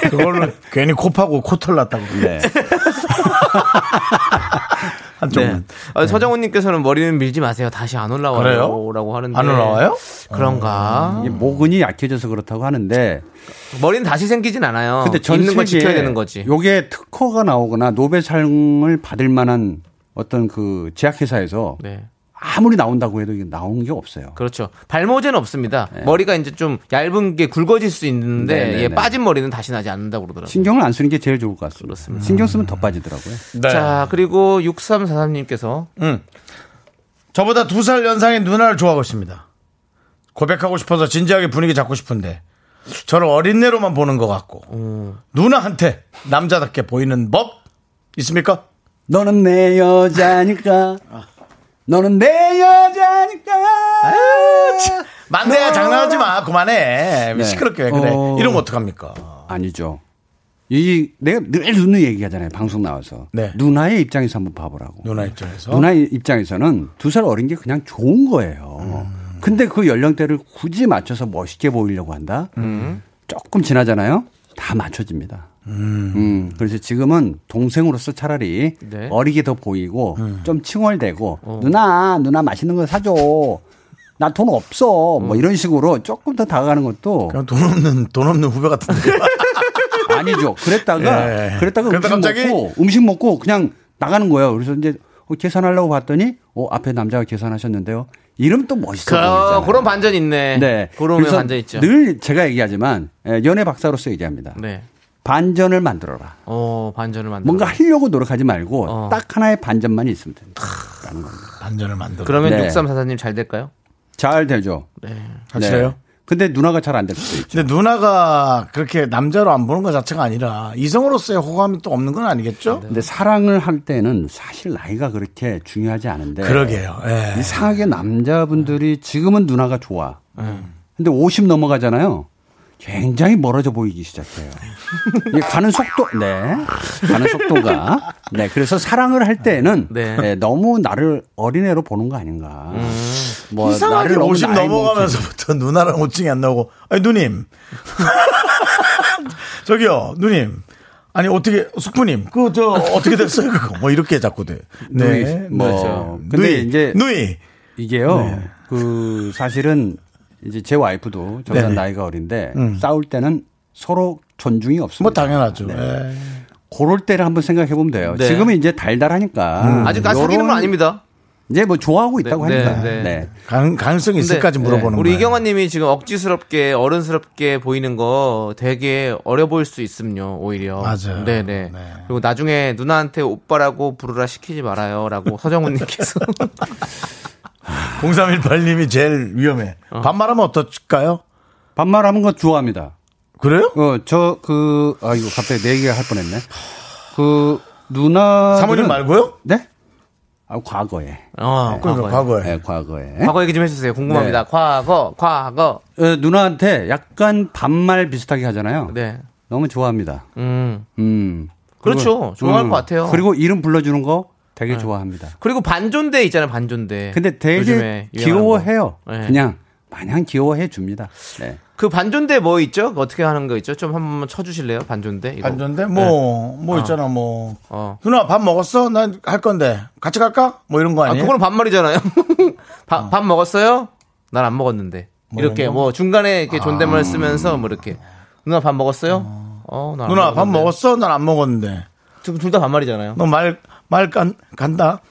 S2: 그걸로 괜히 코 파고 코 털났다고.
S8: 네.
S3: 네.
S2: 한쪽만.
S3: 아, 서정훈님께서는 머리는 밀지 마세요. 다시 안 올라와요.
S2: 그래요?
S3: 라고 하는데.
S2: 안 올라와요?
S3: 그런가.
S8: 이게 모근이 약해져서 그렇다고 하는데
S3: 머리는 다시 생기진 않아요.
S8: 근데 전
S3: 어, 있는 건
S8: 세계에
S3: 지켜야 되는 거지.
S8: 요게 특허가 나오거나 노벨상을 받을 만한 어떤 그 제약회사에서
S3: 네.
S8: 아무리 나온다고 해도 이게 나온 게 없어요.
S3: 그렇죠. 발모제는 없습니다. 머리가 이제 좀 얇은 게 굵어질 수 있는데
S8: 네, 네,
S3: 예,
S8: 네.
S3: 빠진 머리는 다시 나지 않는다고 그러더라고요.
S8: 신경을 안 쓰는 게 제일 좋을 것 같습니다. 음. 신경 쓰면 더 빠지더라고요.
S2: 네.
S3: 자, 그리고 6343님께서
S2: 저보다 두 살 연상인 누나를 좋아하고 있습니다. 고백하고 싶어서 진지하게 분위기 잡고 싶은데 저를 어린애로만 보는 것 같고 누나한테 남자답게 보이는 법 있습니까?
S8: 너는 내 여자니까. 너는 내 여자니까. 아.
S2: 만대야 장난하지 마 그만해
S8: 네.
S2: 시끄럽게 왜 그래
S8: 어.
S2: 이러면 어떡합니까
S8: 아니죠. 이 내가 늘 누누 얘기하잖아요. 방송 나와서.
S2: 네.
S8: 누나의 입장에서 한번 봐보라고.
S2: 누나 입장에서
S8: 누나의 입장에서는 두 살 어린 게 그냥 좋은 거예요.
S2: 음.
S8: 근데 그 연령대를 굳이 맞춰서 멋있게 보이려고 한다?
S2: 음.
S8: 조금 지나잖아요? 다 맞춰집니다. 음, 그래서 지금은 동생으로서 차라리
S3: 네.
S8: 어리게 더 보이고
S2: 음.
S8: 좀 칭얼대고
S2: 어.
S8: 누나, 누나 맛있는 거 사줘. 나 돈 없어.
S2: 음.
S8: 뭐 이런 식으로 조금 더 다가가는 것도
S2: 그냥 돈 없는 돈 없는 후배 같은데
S8: 네. 아니죠. 그랬다가
S2: 예.
S8: 그랬다가 음식
S2: 그러다 갑자기?
S8: 먹고 음식 먹고 그냥 나가는 거예요. 그래서 이제 어, 계산하려고 봤더니 어, 앞에 남자가 계산하셨는데요. 이름 또 멋있어
S3: 그,
S8: 보이잖아요.
S3: 그런 반전 있네.
S8: 네.
S3: 그런
S8: 그래서
S3: 반전 있죠.
S8: 늘 제가 얘기하지만 예, 연애 박사로서 얘기합니다.
S3: 네.
S8: 반전을 만들어라.
S3: 어, 반전을 만들어.
S8: 뭔가 하려고 노력하지 말고
S3: 어.
S8: 딱 하나의 반전만 있으면 된다.
S2: 반전을 만들어
S3: 그러면
S8: 네.
S3: 6344님 잘 될까요?
S8: 잘 되죠.
S3: 네.
S2: 하실래요?
S8: 근데 누나가 잘 안 될 수도 있죠.
S2: 근데 누나가 그렇게 남자로 안 보는 것 자체가 아니라 이성으로서의 호감이 또 없는 건 아니겠죠?
S8: 근데 사랑을 할 때는 사실 나이가 그렇게 중요하지 않은데
S2: 그러게요. 예.
S8: 네. 이상하게 남자분들이 지금은 누나가 좋아.
S3: 네.
S8: 근데 50 넘어가잖아요. 굉장히 멀어져 보이기 시작해요. 이게 가는 속도, 네. 가는 속도가. 네. 그래서 사랑을 할 때는
S3: 네.
S8: 네, 너무 나를 어린애로 보는 거 아닌가.
S3: 음.
S8: 뭐,
S2: 이상하게
S8: 나를 너무
S2: 50
S8: 나이
S2: 어, 넘어가면서부터 누나랑 호칭이 안 나오고, 아니, 누님. 저기요, 누님. 아니, 어떻게, 숙부님. 그, 저, 어떻게 됐어요? 그거. 뭐, 이렇게 자꾸 돼.
S8: 누이, 뭐. 근데
S2: 근데 누이,
S8: 이제-
S2: 누이.
S8: 먹지. 이게요.
S3: 네.
S8: 그 사실은 이제 제 와이프도 저보다
S2: 네네.
S8: 나이가 어린데
S2: 음.
S8: 싸울 때는 서로 존중이 없습니다. 뭐
S2: 당연하죠. 예.
S8: 그럴 때를 한번 생각해 보면 돼요.
S3: 네.
S8: 지금은 이제 달달하니까
S3: 음. 아직까지 사귀는 건 아닙니다.
S8: 이제 뭐 좋아하고
S3: 네,
S8: 있다고
S3: 네,
S8: 하니까.
S3: 네.
S2: 가능, 가능성이
S3: 근데,
S2: 있을까지 물어보는
S3: 네. 우리
S2: 거예요.
S3: 이경아님이 지금 억지스럽게 어른스럽게 보이는 거 되게 어려 보일 수 있음요 오히려.
S2: 맞아요.
S3: 네네. 그리고 나중에 누나한테 오빠라고 부르라 시키지 말아요라고 서정훈님께서.
S2: 0318님이 제일 위험해. 반말하면 어떨까요?
S8: 반말하는 거 좋아합니다.
S2: 그래요?
S8: 어, 저, 그, 아이고, 갑자기 내 얘기 할 뻔했네. 그, 누나.
S3: 사모님 말고요?
S8: 네? 아, 과거에.
S3: 어, 그러니까 과거에.
S8: 네, 과거에.
S3: 과거 얘기 좀 해주세요. 궁금합니다. 과거, 과거.
S8: 어, 누나한테 약간 반말 비슷하게 하잖아요.
S3: 네.
S8: 너무 좋아합니다.
S3: 음.
S8: 음.
S3: 그렇죠. 좋아할 것 같아요.
S8: 그리고 이름 불러주는 거 되게
S3: 네.
S8: 좋아합니다.
S3: 그리고 반존대 있잖아요, 반존대.
S8: 근데 되게
S3: 요즘에 유행하는
S8: 귀여워해요.
S3: 거. 네.
S8: 그냥 마냥 귀여워해 줍니다. 네.
S3: 그 반존대 뭐 있죠? 어떻게 하는 거 있죠? 좀 한번 쳐주실래요, 반존대? 이거.
S2: 반존대? 뭐,
S3: 네.
S2: 뭐
S3: 어.
S2: 있잖아, 뭐.
S3: 어.
S2: 누나 밥 먹었어? 난 할 건데. 같이 갈까? 뭐 이런 거
S3: 아,
S2: 아니에요? 아.
S3: 그거는 반말이잖아요. 밥, 밥 먹었어요? 난 안 먹었는데.
S2: 뭐
S3: 이렇게
S2: 이런 거? 아.
S3: 뭐 중간에 이렇게 존댓말 쓰면서 뭐 이렇게 누나 밥 먹었어요? 어, 나안
S2: 누나 밥
S3: 먹었는데.
S2: 먹었어? 뭐 난 안 먹었는데.
S3: 둘 다 반말이잖아요.
S2: 너 말, 말 간, 간다?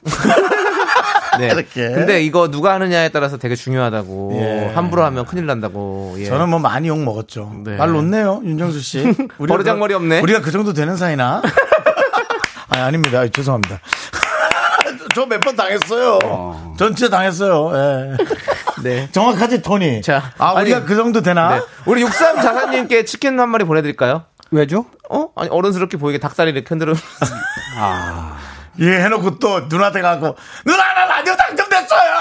S3: 네.
S2: 이렇게.
S3: 근데 이거 누가 하느냐에 따라서 되게 중요하다고.
S2: 예.
S3: 함부로 하면 큰일 난다고. 예.
S2: 저는 뭐 많이 욕 먹었죠.
S3: 네.
S2: 말 놓네요, 윤정수 씨. 우리가
S3: 버르장머리
S2: 그-
S3: 없네.
S2: 우리가 그 정도 되는 사이나? 아니, 아닙니다. 아이, 죄송합니다. 저 몇 번 당했어요. 전체 당했어요. 예.
S3: 네.
S2: 정확하지, 톤이.
S3: 자,
S2: 아, 우리가
S3: 아니,
S2: 그 정도 되나?
S3: 네. 우리 63 자사님께 치킨 한 마리 보내드릴까요?
S8: 왜죠?
S3: 어? 아니, 어른스럽게 보이게 닭다리를 흔들어.
S2: 예, 해놓고 또 누나한테 가고, 누나, 나 라디오 당첨됐어요!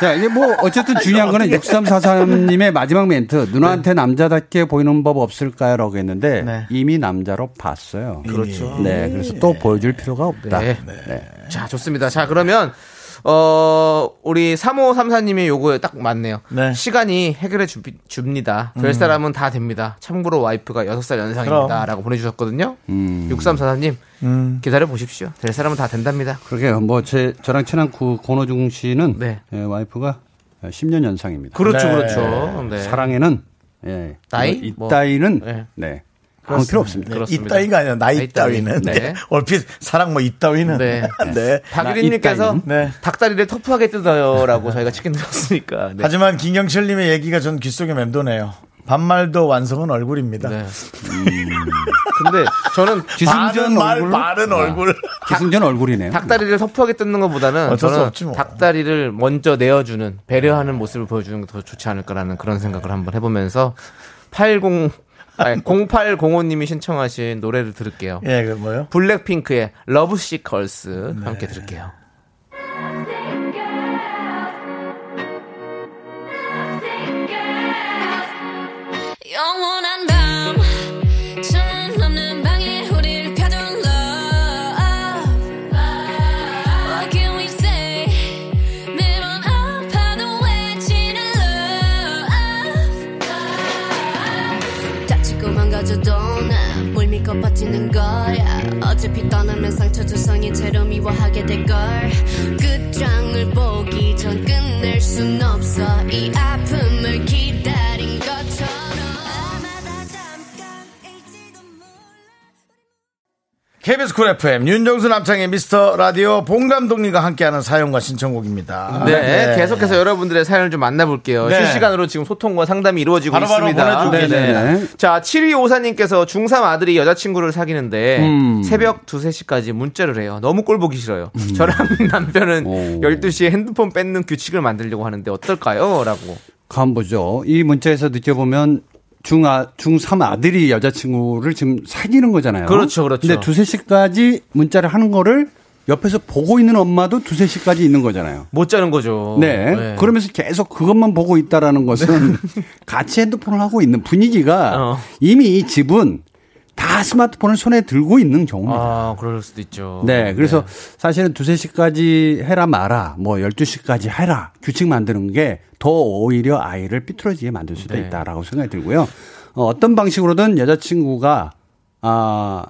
S8: 자, 이게 뭐, 어쨌든 중요한 거는 6343님의 마지막 멘트,
S3: 네.
S8: 누나한테 남자답게 보이는 법 없을까요? 라고 했는데, 이미 남자로 봤어요.
S3: 그렇죠.
S8: 네, 그래서 또 보여줄 필요가 없다.
S3: 네. 자, 좋습니다. 자, 그러면, 어, 우리 3534님의 요거에 딱 맞네요.
S2: 네.
S3: 시간이 해결해 주, 줍니다. 될 사람은 다 됩니다. 참고로 와이프가 6살 연상입니다.
S2: 그럼.
S3: 라고 보내주셨거든요.
S8: 음.
S3: 6344님,
S2: 음.
S3: 기다려 보십시오. 될 사람은 다 된답니다.
S8: 그러게요. 뭐, 제, 저랑 친한 구, 권호중 씨는,
S3: 네.
S8: 예, 와이프가 10년 연상입니다.
S3: 그렇죠,
S2: 네.
S3: 그렇죠. 네.
S8: 사랑에는, 예.
S3: 나이?
S8: 이
S3: 뭐.
S8: 따위는,
S3: 네.
S8: 네. 아무 필요 없습니다.
S2: 네,
S3: 그렇습니다.
S2: 이따위가 아니라 나이
S3: 나이 따위.
S2: 따위는.
S3: 네.
S2: 네. 얼핏 사랑 뭐 이따위는.
S3: 네.
S2: 네.
S3: 박유린님께서
S2: 네.
S3: 닭다리를 터프하게 뜯어요라고 저희가 치킨 드렸으니까. 네.
S2: 하지만 김경철님의 얘기가 전 귓속에 맴도네요. 반말도 완성은 얼굴입니다.
S3: 네. 근데 저는
S2: 반은
S8: 기승전
S2: 말,
S8: 얼굴.
S3: 아.
S2: 말은 얼굴.
S8: 기승전 얼굴이네요.
S3: 닭다리를 터프하게 뜯는 것보다는
S2: 어쩔 수
S3: 저는
S2: 없지 뭐.
S3: 닭다리를 먼저 내어주는 배려하는 모습을 보여주는 게 더 좋지 않을까라는 그런 생각을 한번 해보면서 80 아니 0805님이 신청하신 노래를 들을게요.
S2: 예, 그 뭐요?
S3: 블랙핑크의 러브 시컬스 함께
S2: 네.
S3: 들을게요.
S11: 영원한 밤 천은 넘는 방에 우릴 펴둔 love What can we say 내맘 아파도 외치는 love 다치고 망가져도 나뭘 믿고 버티는 거야 어차피 떠나면 상처 조성이 채로 미워하게 될걸 끝장을 보기 전 끝낼 순 없어 이 아픔을 기다린 것처럼
S2: KBS 쿨 FM 윤정수 남창의 미스터 라디오 봉 감독님과 함께하는 사연과 신청곡입니다.
S3: 네, 계속해서 여러분들의 사연을 좀 만나볼게요.
S2: 네.
S3: 실시간으로 지금 소통과 상담이 이루어지고
S2: 바로바로
S3: 있습니다.
S2: 보내주고 계시네요.
S8: 네.
S3: 자, 7254님께서 중3 아들이 여자친구를 사귀는데
S8: 음.
S3: 새벽 2, 3시까지 문자를 해요. 너무 꼴보기 싫어요. 저랑 남편은
S8: 오.
S3: 12시에 핸드폰 뺏는 규칙을 만들려고 하는데 어떨까요? 라고.
S8: 한번 보죠. 이 문자에서 느껴보면 중아 중삼 아들이 여자친구를 지금 사귀는 거잖아요.
S3: 그렇죠, 그렇죠.
S8: 근데 두세 시까지 문자를 하는 거를 옆에서 보고 있는 엄마도 두세 시까지 있는 거잖아요.
S3: 못 자는 거죠.
S8: 네.
S3: 네.
S8: 그러면서 계속 그것만 보고 있다라는 것은 같이 핸드폰을 하고 있는 분위기가
S3: 어.
S8: 이미 이 집은 다 스마트폰을 손에 들고 있는 경우입니다.
S3: 아, 그럴 수도 있죠.
S8: 네, 그래서 사실은 두세 시까지 해라 마라, 뭐 열두 시까지 해라 규칙 만드는 게 더 오히려 아이를 삐뚤어지게 만들 수도
S3: 네.
S8: 있다라고 생각이 들고요. 어, 어떤 방식으로든 여자친구가 아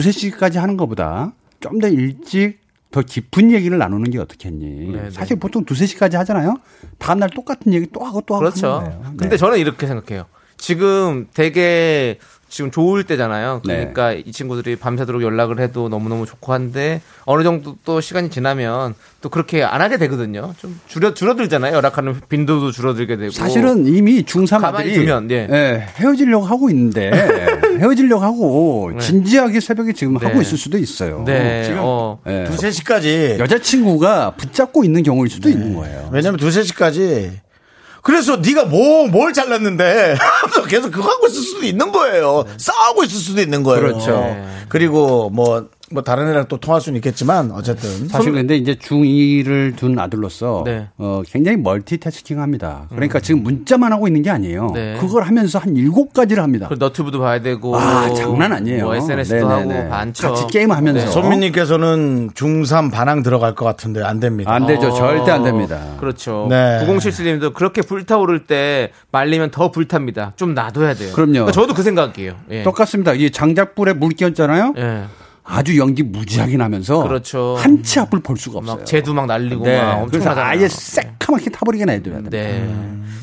S8: 두세 시까지 하는 것보다 좀 더 일찍 더 깊은 얘기를 나누는 게 어떻겠니?
S3: 네, 네.
S8: 사실 보통 두세 시까지 하잖아요. 다음날 어, 똑같은 얘기 또 하고 또 하고.
S3: 그렇죠.
S8: 하는 거예요.
S3: 근데 저는 이렇게 생각해요. 지금 되게 지금 좋을 때잖아요.
S8: 네.
S3: 그러니까 이 친구들이 밤새도록 연락을 해도 너무너무 좋고 한데 어느 정도 또 시간이 지나면 또 그렇게 안 하게 되거든요. 좀 줄여 줄어들잖아요. 연락하는 빈도도 줄어들게 되고.
S8: 사실은 이미 중3
S3: 가만히
S8: 아들이
S3: 두면, 예.
S8: 예, 헤어지려고 하고 있는데 헤어지려고 하고 진지하게 새벽에 지금 하고 있을 수도 있어요.
S3: 네,
S2: 지금
S8: 예.
S2: 두세 시까지
S8: 여자친구가 붙잡고 있는 경우일
S3: 네.
S8: 수도 있는 거예요.
S2: 왜냐면 두세 시까지 그래서 네가 뭐 뭘 잘랐는데 하면서 계속 그거 하고 있을 수도 있는 거예요. 싸우고 있을 수도 있는 거예요.
S8: 그렇죠.
S2: 그리고 뭐, 뭐 다른 애랑 또 통할 수는 있겠지만 어쨌든
S8: 사실 근데 이제 중2를 둔 아들로서
S2: 네.
S8: 어, 굉장히 멀티태스킹 합니다. 그러니까 지금 문자만 하고 있는 게 아니에요.
S3: 음. 네.
S8: 그걸 하면서 한 일곱 가지를 합니다.
S3: 그리고 너튜브도 봐야 되고.
S8: 아, 장난 아니에요.
S3: 뭐 SNS도
S8: 네네네.
S3: 하고 많죠.
S8: 같이 게임하면서.
S3: 네.
S2: 손민님께서는 중3 반항 들어갈 것 같은데 안 됩니다.
S8: 안 되죠. 절대 안 됩니다.
S3: 어. 그렇죠.
S2: 네.
S3: 9077님도 그렇게 불타오를 때 말리면 더 불탑니다. 좀 놔둬야 돼요.
S8: 그럼요.
S3: 그러니까 저도 그 생각이에요. 예.
S8: 똑같습니다. 이 장작불에 물 끼얹잖아요.
S3: 예.
S8: 아주 연기 무지하게 나면서
S3: 그렇죠.
S8: 한치 앞을 볼 수가 없어요.
S3: 막 제도 막 날리고
S8: 네.
S3: 막 엄청
S8: 그래서
S3: 나잖아요.
S8: 아예 새카맣게 타버리게 놔둬야 돼.
S3: 네.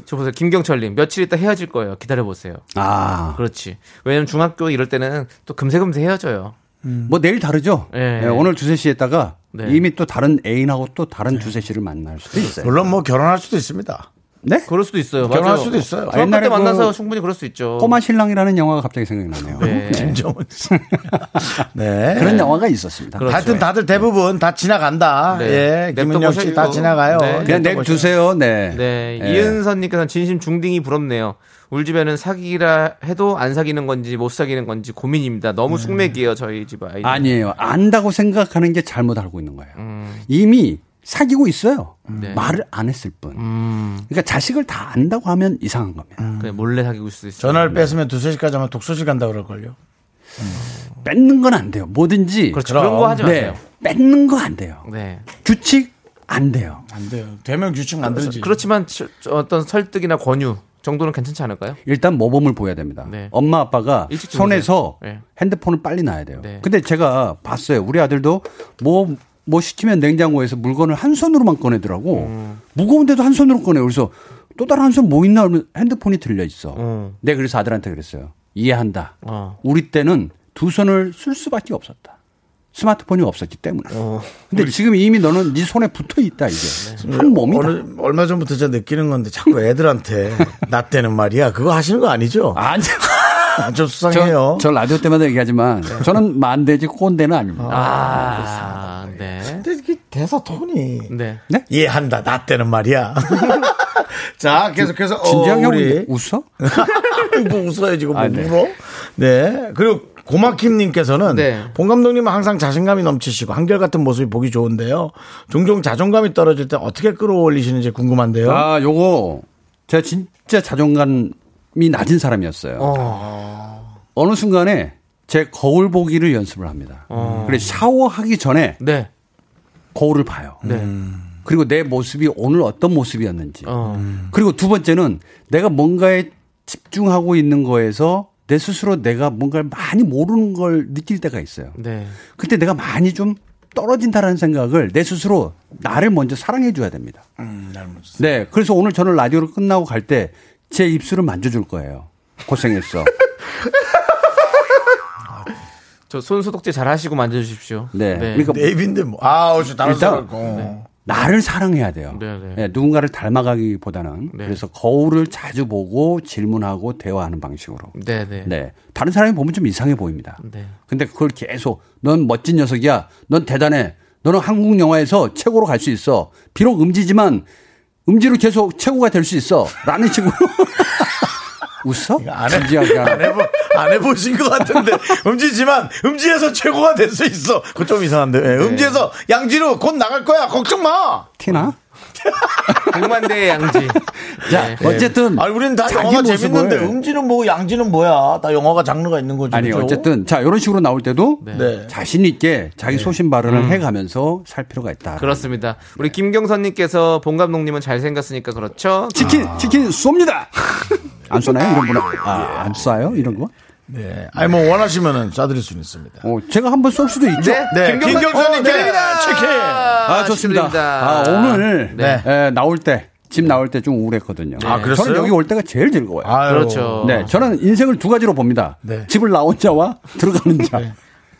S3: 저 보세요. 김경철님 며칠 있다 헤어질 거예요. 기다려 보세요.
S8: 아.
S3: 그렇지. 왜냐면 중학교 이럴 때는 또 금세금세 헤어져요.
S8: 뭐 내일 다르죠.
S3: 예.
S8: 예, 오늘 두세 시에다가
S3: 네.
S8: 이미 또 다른 애인하고 또 다른 두세 시를 만날 수도 있어요.
S2: 물론 뭐 결혼할 수도 있습니다.
S8: 네?
S3: 그럴 수도 있어요.
S2: 결혼할
S3: 맞아요.
S2: 수도 있어요.
S3: 중학교
S8: 옛날에
S3: 때
S8: 그
S3: 만나서 충분히 그럴 수 있죠.
S8: 꼬마 신랑이라는 영화가 갑자기 생각나네요.
S3: 네.
S2: 김정은 씨. 네.
S8: 그런 영화가 있었습니다.
S3: 그렇죠.
S2: 하여튼 다들 대부분 다 지나간다.
S3: 네.
S2: 예.
S3: 냅둬
S2: 김은영 씨 다
S3: 보셔요.
S2: 지나가요.
S3: 네.
S8: 그냥
S2: 냅둬
S8: 내일
S2: 보셔요.
S8: 두세요. 네.
S3: 네,
S8: 예.
S3: 이은선님께서는 진심 중딩이 부럽네요. 우리 집에는 사귀라 해도 안 사귀는 건지 못 사귀는 건지 고민입니다. 너무 숙맥이에요 저희 집 아이.
S8: 아니에요. 안다고 생각하는 게 잘못 알고 있는 거예요. 이미 사귀고 있어요.
S3: 음. 네. 음.
S8: 말을 안 했을 뿐. 그러니까 자식을 다 안다고 하면 이상한 겁니다.
S3: 그냥 몰래 사귀고 있을 수 있어요.
S2: 전화를 뺏으면 두세 시까지 하면 독서실 간다 그럴걸요.
S8: 뺏는 건 안 돼요. 뭐든지.
S3: 그렇죠. 그런 거 하지
S8: 네.
S3: 마세요.
S8: 뺏는 거 안 돼요.
S3: 네.
S8: 규칙 안 돼요.
S2: 안 돼요. 대명 규칙 만들지.
S3: 그렇지만 저- 저 어떤 설득이나 권유 정도는 괜찮지 않을까요?
S8: 일단 모범을 보여야 됩니다.
S3: 네.
S8: 엄마 아빠가
S3: 일찍 주무세요.
S8: 손에서
S3: 네.
S8: 핸드폰을 빨리 놔야 돼요.
S3: 네.
S8: 근데 제가 봤어요. 우리 아들도 뭐, 뭐 시키면 냉장고에서 물건을 한 손으로만 꺼내더라고.
S3: 음.
S8: 무거운데도 한 손으로 꺼내. 그래서 또 다른 한 손 뭐 있나 하면 핸드폰이 들려 있어.
S3: 음.
S8: 네, 그래서 아들한테 그랬어요. 이해한다.
S3: 어.
S8: 우리 때는 두 손을 쓸 수밖에 없었다. 스마트폰이 없었기 때문에.
S3: 어.
S8: 근데 지금 이미 너는 네 손에 붙어 있다 이게
S3: 네.
S8: 한 몸이다.
S2: 어느, 얼마 전부터 제가 느끼는 건데 자꾸 애들한테 나 때는 말이야 그거 하시는 거 아니죠?
S8: 아니.
S2: 좀
S8: 저,
S2: 수상해요.
S8: 저 라디오 때마다 얘기하지만 저는 만대지 꼰대는 아닙니다.
S3: 아, 네.
S2: 근데 이게 대사 톤이
S3: 네.
S2: 이해한다. 나 때는 말이야. 자 계속해서
S8: 아, 진지하게
S2: 어,
S8: 하고
S2: 우리
S8: 있는데 웃어?
S2: 뭐 웃어요 지금 뭐
S8: 아, 네.
S2: 울어? 네. 그리고 고마킴님께서는
S3: 네.
S2: 본 감독님은 항상 자신감이 넘치시고 한결같은 모습이 보기 좋은데요. 종종 자존감이 떨어질 때 어떻게 끌어올리시는지 궁금한데요.
S8: 아, 요거 제가 진짜 자존감이 낮은 사람이었어요. 어. 느 순간에 제 거울 보기를 연습을 합니다.
S2: 어.
S8: 그래서 샤워하기 전에
S3: 네.
S8: 거울을 봐요. 음.
S3: 네.
S8: 그리고 내 모습이 오늘 어떤 모습이었는지. 음.
S3: 어.
S8: 그리고 두 번째는 내가 뭔가에 집중하고 있는 거에서 내 스스로 내가 뭔가를 많이 모르는 걸 느낄 때가 있어요.
S3: 네.
S8: 그때 내가 많이 좀 떨어진다라는 생각을 내 스스로 나를 먼저 사랑해 줘야 됩니다.
S3: 음,
S8: 네. 그래서 오늘 저는 라디오를 끝나고 갈 때 제 입술을 만져줄 거예요. 고생했어.
S3: 저 손소독제 잘 하시고 만져주십시오.
S8: 네.
S3: 네.
S8: 그러니까
S2: 네이빈데 뭐. 아, 어째 다른
S8: 일단, 네.
S2: 사람. 어.
S8: 나를 사랑해야 돼요.
S3: 네, 네.
S8: 네, 누군가를 닮아가기보다는
S3: 네.
S8: 그래서 거울을 자주 보고 질문하고 대화하는 방식으로.
S3: 네,
S2: 예.
S3: 네.
S8: 네. 다른 사람이 보면 좀 이상해 보입니다.
S3: 네.
S8: 근데 그걸 계속 넌 멋진 녀석이야. 넌 대단해. 너는 한국 영화에서 최고로 갈 수 있어. 비록 음지지만 음지로 계속 최고가 될 수 있어. 라는 식으로. 웃어?
S2: 안 해.
S8: 진지하게
S2: 안,
S8: 하네.
S2: 해보, 안 해보신 것 같은데 음지지만 음지에서 최고가 될 수 있어 그거 좀 이상한데 예, 음지에서 양지로 곧 나갈 거야 걱정 마
S8: 티나?
S3: 백만대 양지. 네.
S8: 자, 어쨌든.
S2: 아니 우리는 다
S8: 자기
S2: 영화가
S8: 모습을-
S2: 재밌는데 음지는 뭐고 양지는 뭐야 다 영화가 장르가 있는 거죠
S8: 아니,
S2: 그죠?
S8: 어쨌든. 자, 이런 식으로 나올 때도
S2: 네. 음.
S8: 자신 있게 자기 소신 발언을 해가면서 살 필요가 있다.
S3: 그렇습니다. 우리 김경선님께서 본 감독님은 잘생겼으니까 그렇죠.
S8: 치킨,
S2: 아.
S8: 치킨 쏩니다! 안 쏘나요? 이런 거는? 아, 안 쏴요? 이런 거?
S2: 네. 아니 뭐 원하시면은 쏴드릴 수는 있습니다
S8: 어, 제가 한번 쏠 수도 있죠.
S2: 네, 김경선님
S3: 어, 네.
S2: 드립니다. 치킨.
S8: 아, 좋습니다.
S3: 축하드립니다.
S8: 아, 오늘
S3: 네.
S8: 에, 나올 때 집 나올 때 좀 우울했거든요.
S2: 아, 그랬어요?
S8: 저는 여기 올 때가 제일 즐거워요.
S2: 아유. 그렇죠.
S8: 네, 저는 인생을 두 가지로 봅니다.
S2: 네.
S8: 집을 나온 자와 들어가는 자.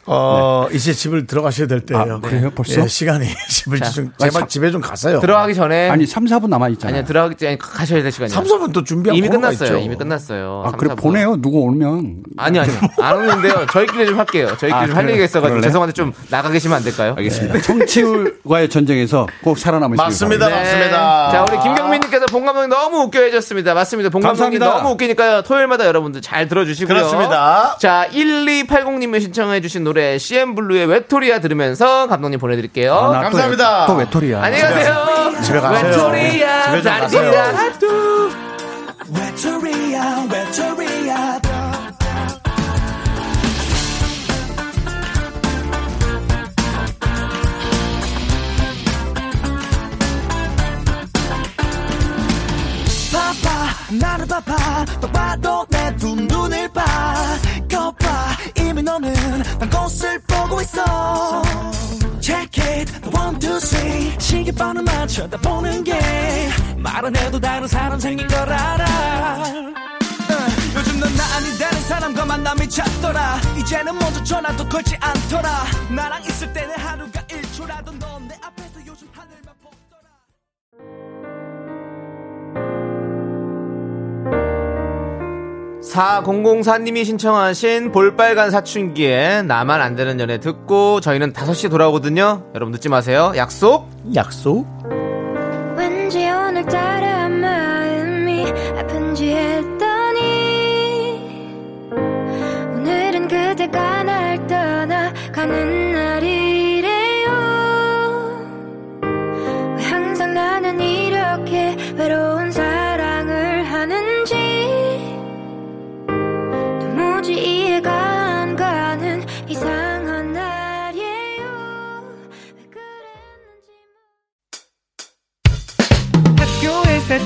S2: 어, 이제 집을 들어가셔야 될 때예요.
S8: 아, 그래요? 벌써?
S2: 예, 시간이 집을
S8: 자,
S2: 좀
S8: 아니,
S2: 제발
S8: 삼-
S2: 집에 좀 가세요.
S3: 들어가기 전에
S8: 아니, 3, 4분 남아 있잖아요.
S3: 아니요 들어가기 전에 가셔야 될 시간이에요.
S2: 3, 4분 또 준비한
S3: 이미
S2: 코너가
S3: 끝났어요.
S2: 있죠.
S3: 이미 끝났어요.
S8: 아,
S3: 삼,
S8: 그래
S3: 사분.
S8: 보내요. 누구 오면.
S3: 아니 아니 안 오는데요. 저희끼리 좀 할게요. 저희끼리
S8: 아,
S3: 좀 할
S8: 그래.
S3: 얘기가 있어가지고
S8: 그럴래?
S3: 죄송한데 좀 나가 계시면 안 될까요?
S8: 알겠습니다. 정치율과의 네, 전쟁에서 꼭 살아남으시길
S2: 맞습니다,
S8: 바랍니다.
S2: 맞습니다.
S3: 네. 자 우리 김경민님께서 본 감독님 너무 웃겨 해줬습니다. 맞습니다. 본 감독님
S2: 감사합니다.
S3: 너무 웃기니까요. 토요일마다 여러분들 잘 들어주시고요.
S2: 그렇습니다.
S3: 자 1280님이 신청해주신 노래 CM 블루의 외톨이야 들으면서 감독님 보내드릴게요.
S8: 아, 나또
S2: 감사합니다.
S8: 또 외톨이야.
S3: 안녕히 가세요.
S2: 집에 가세요. 집에
S3: 외톨이야
S2: 좀 가세요.
S3: 나리비야
S4: 외톨이야 외톨이야 봐봐 나를 봐봐 봐봐도 내 두 눈을 봐 거봐 이미 너는 난 꽃을 보고 있어 Check it one two three 시계번호 맞춰다 보는 게 말 안 해도 다른 사람 생긴 걸 알아 Uh, 요즘 넌 나 아닌 다른 사람과 만남이 잦더라 이제는 먼저 전화도 걸지 않더라 나랑 있을 때는 하루가 일초라도 넌 내 앞에서 요즘 하늘만 보더라
S3: 사0 0 4님이 신청하신 볼빨간 사춘기에 나만 안 되는 연애 듣고 저희는 5시에 돌아오거든요. 여러분 늦지 마세요. 약속.
S2: 약속.
S11: 왠지 오늘따라 마음이 아픈지 했더니 오늘은 그대가 날 떠나가는 날이래요 왜 항상 나는 이렇게 외로운 사랑을 하는지 도무지 이해가 안 가는 이상한 날이에요 왜 그랬는지
S4: 학교에서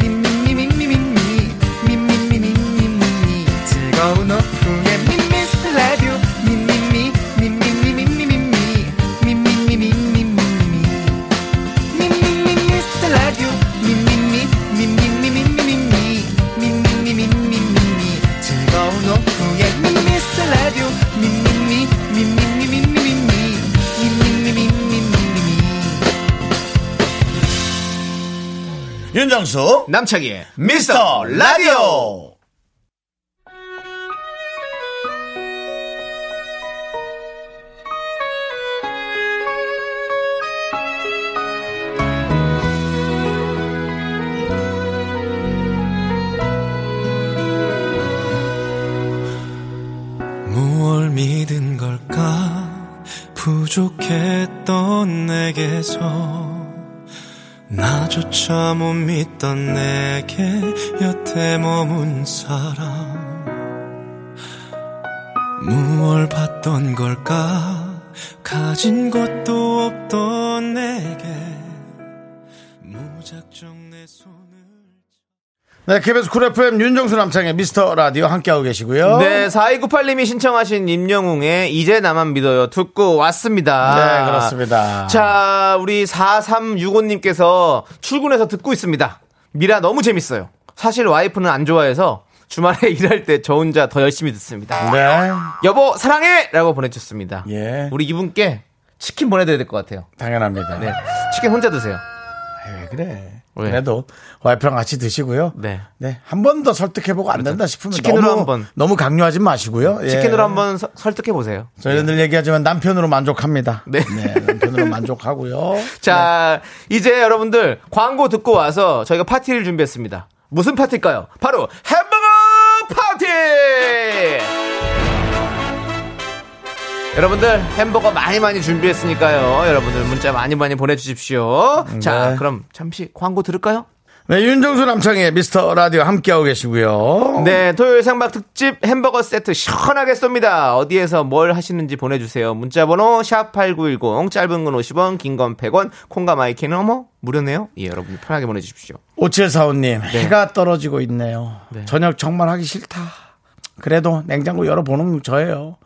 S4: 미미미 미미미 미미미 미미미 즐거운 오후에 미스터 라디오 미미미 미미미 미미미 미미미 미미미 미미미 미스터 라디오 미미미 미미미 미미미 미미미 미미미 즐거운 오후에 미스터 라디오 미미미 미미미 미미미 미미미
S2: 윤정수
S3: 남창희의
S2: 미스터 라디오.
S4: 무얼 믿은 걸까 부족했던 내게서 나조차 못 믿던 내게 여태 머문 사람 무얼 봤던 걸까 가진 것도 없던 내게 무작정 내 손을
S2: 네, KBS 쿨 FM 윤정수 남창의 미스터 라디오 함께하고 계시고요.
S3: 네, 4298님이 신청하신 임영웅의 이제 나만 믿어요 듣고 왔습니다.
S2: 네, 그렇습니다.
S3: 아. 자, 우리 4365님께서 출근해서 듣고 있습니다. 미라 너무 재밌어요. 사실 와이프는 안 좋아해서 주말에 일할 때 저 혼자 더 열심히 듣습니다.
S2: 네,
S3: 여보, 사랑해! 라고 보내주셨습니다.
S2: 예.
S3: 우리 이분께 치킨 보내드려야 될 것 같아요.
S2: 당연합니다.
S3: 네. 치킨 혼자 드세요.
S2: 아이, 왜 그래?
S3: 왜?
S2: 그래도 와이프랑 같이 드시고요.
S3: 네. 그렇죠.
S2: 네, 한 번 더 설득해보고 안 된다 싶으면
S3: 치킨으로
S2: 너무,
S3: 한 번.
S2: 너무 강요하지 마시고요. 예.
S3: 치킨으로 한번 서- 설득해보세요.
S2: 저희는 늘 얘기하지만 남편으로 만족합니다.
S3: 네.
S2: 남편으로 만족하고요.
S3: 자, 이제 여러분들 광고 듣고 와서 저희가 파티를 준비했습니다. 무슨 파티일까요? 바로 햄버거 파티! 여러분들 햄버거 많이 많이 준비했으니까요. 여러분들 문자 많이 많이 보내주십시오. 자,
S2: 네.
S3: 그럼 잠시 광고 들을까요?
S2: 네, 윤정수 남창의 미스터 라디오 함께하고 계시고요.
S3: 네, 토요일 생방 특집 햄버거 세트 시원하게 쏩니다. 어디에서 뭘 하시는지 보내주세요. 문자번호 샵8910, 짧은 건 50원, 긴 건 100원, 콩과 마이키는 어머, 무료네요. 예, 여러분 편하게 보내주십시오.
S2: 5745님,
S3: 네.
S2: 해가 떨어지고 있네요. 저녁 정말 하기 싫다. 그래도 냉장고 열어보는 저예요.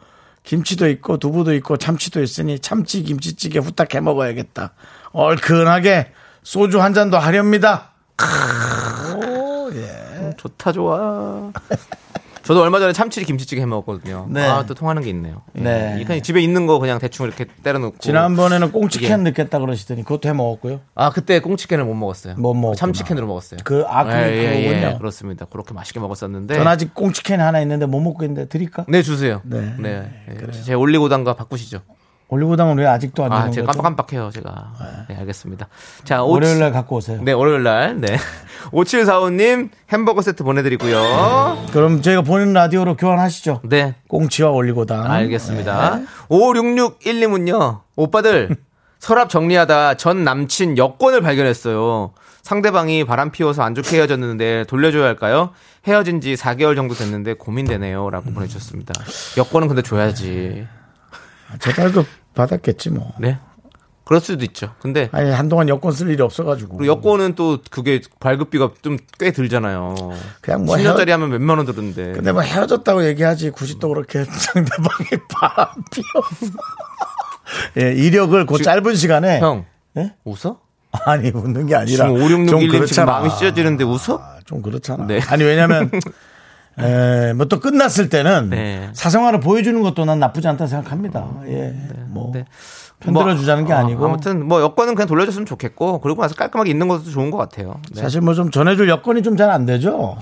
S2: 김치도 있고 두부도 있고 참치도 있으니 참치 김치찌개 후딱 해 먹어야겠다. 얼큰하게 소주 한 잔도 하렵니다.
S3: 좋다 좋아. 저도 얼마 전에 참치리 김치찌개 해 먹었거든요.
S2: 네.
S3: 아 또 통하는 게 있네요. 예.
S2: 네.
S3: 이 그냥 집에 있는 거 그냥 대충 이렇게 때려놓고.
S2: 지난번에는 꽁치캔
S3: 예.
S2: 넣겠다 그러시더니 그것도 해 먹었고요.
S3: 아 그때 꽁치캔을 못 먹었어요.
S2: 못 먹었구나.
S3: 참치캔으로 먹었어요. 예,
S2: 그- 아, 그- 그거군요.
S3: 그렇습니다. 그렇게 맛있게 먹었었는데.
S2: 전 아직 꽁치캔 하나 있는데 못 먹고 있는데 드릴까?
S3: 네 주세요.
S2: 네.
S3: 네. 예. 제 올리고당과 바꾸시죠.
S2: 올리고당은 왜 아직도 안
S3: 아
S2: 되는
S3: 제가
S2: 거죠?
S3: 깜빡깜빡해요 제가. 네 알겠습니다. 자 오-
S2: 월요일 날 갖고 오세요.
S3: 네 월요일 날 네. 5745님 햄버거 세트 보내드리고요.
S2: 그럼 저희가 보는 라디오로 교환하시죠.
S3: 네
S2: 꽁치와 올리고당.
S3: 아, 알겠습니다. 5661님은요, 네. 오빠들, 서랍 정리하다 전 남친 여권을 발견했어요. 상대방이 바람 피워서 안 좋게 헤어졌는데 돌려줘야 할까요? 헤어진 지 4개월 정도 됐는데 고민되네요.
S2: 음.
S3: 라고 보내주셨습니다. 여권은 근데 줘야지.
S2: 제 딸도 아, 받았겠지 뭐.
S3: 네. 그럴 수도 있죠. 근데
S2: 아니 뭐. 한동안 여권 쓸 일이 없어가지고.
S3: 그리고 여권은 또 그게 발급비가 좀 꽤 들잖아요.
S2: 그냥 뭐
S3: 10년짜리 하면 몇만 원 들었는데.
S2: 근데 뭐 헤어졌다고 얘기하지 굳이 또 그렇게 상대방이 바람 피웠어. 예, 이력을 그
S3: 지-
S2: 짧은 시간에
S3: 형,
S2: 예?
S3: 웃어?
S2: 아니 웃는 게 아니라
S3: 지금 5 6 6
S2: 좀
S3: 1님 지금
S2: 그렇잖아.
S3: 마음이 찢어지는데 웃어?
S2: 좀 그렇잖아.
S3: 네.
S2: 아니 왜냐면 뭐 또 끝났을 때는
S3: 네.
S2: 사생활을 보여주는 것도 난 나쁘지 않다 생각합니다. 예, 뭐
S3: 네.
S2: 편들어 주자는 게
S3: 뭐, 아,
S2: 아니고
S3: 아무튼 뭐 여권은 그냥 돌려줬으면 좋겠고 그러고 나서 깔끔하게 있는 것도 좋은 것 같아요. 네.
S2: 사실 뭐 좀 전해줄 여건이 좀 잘 안 되죠.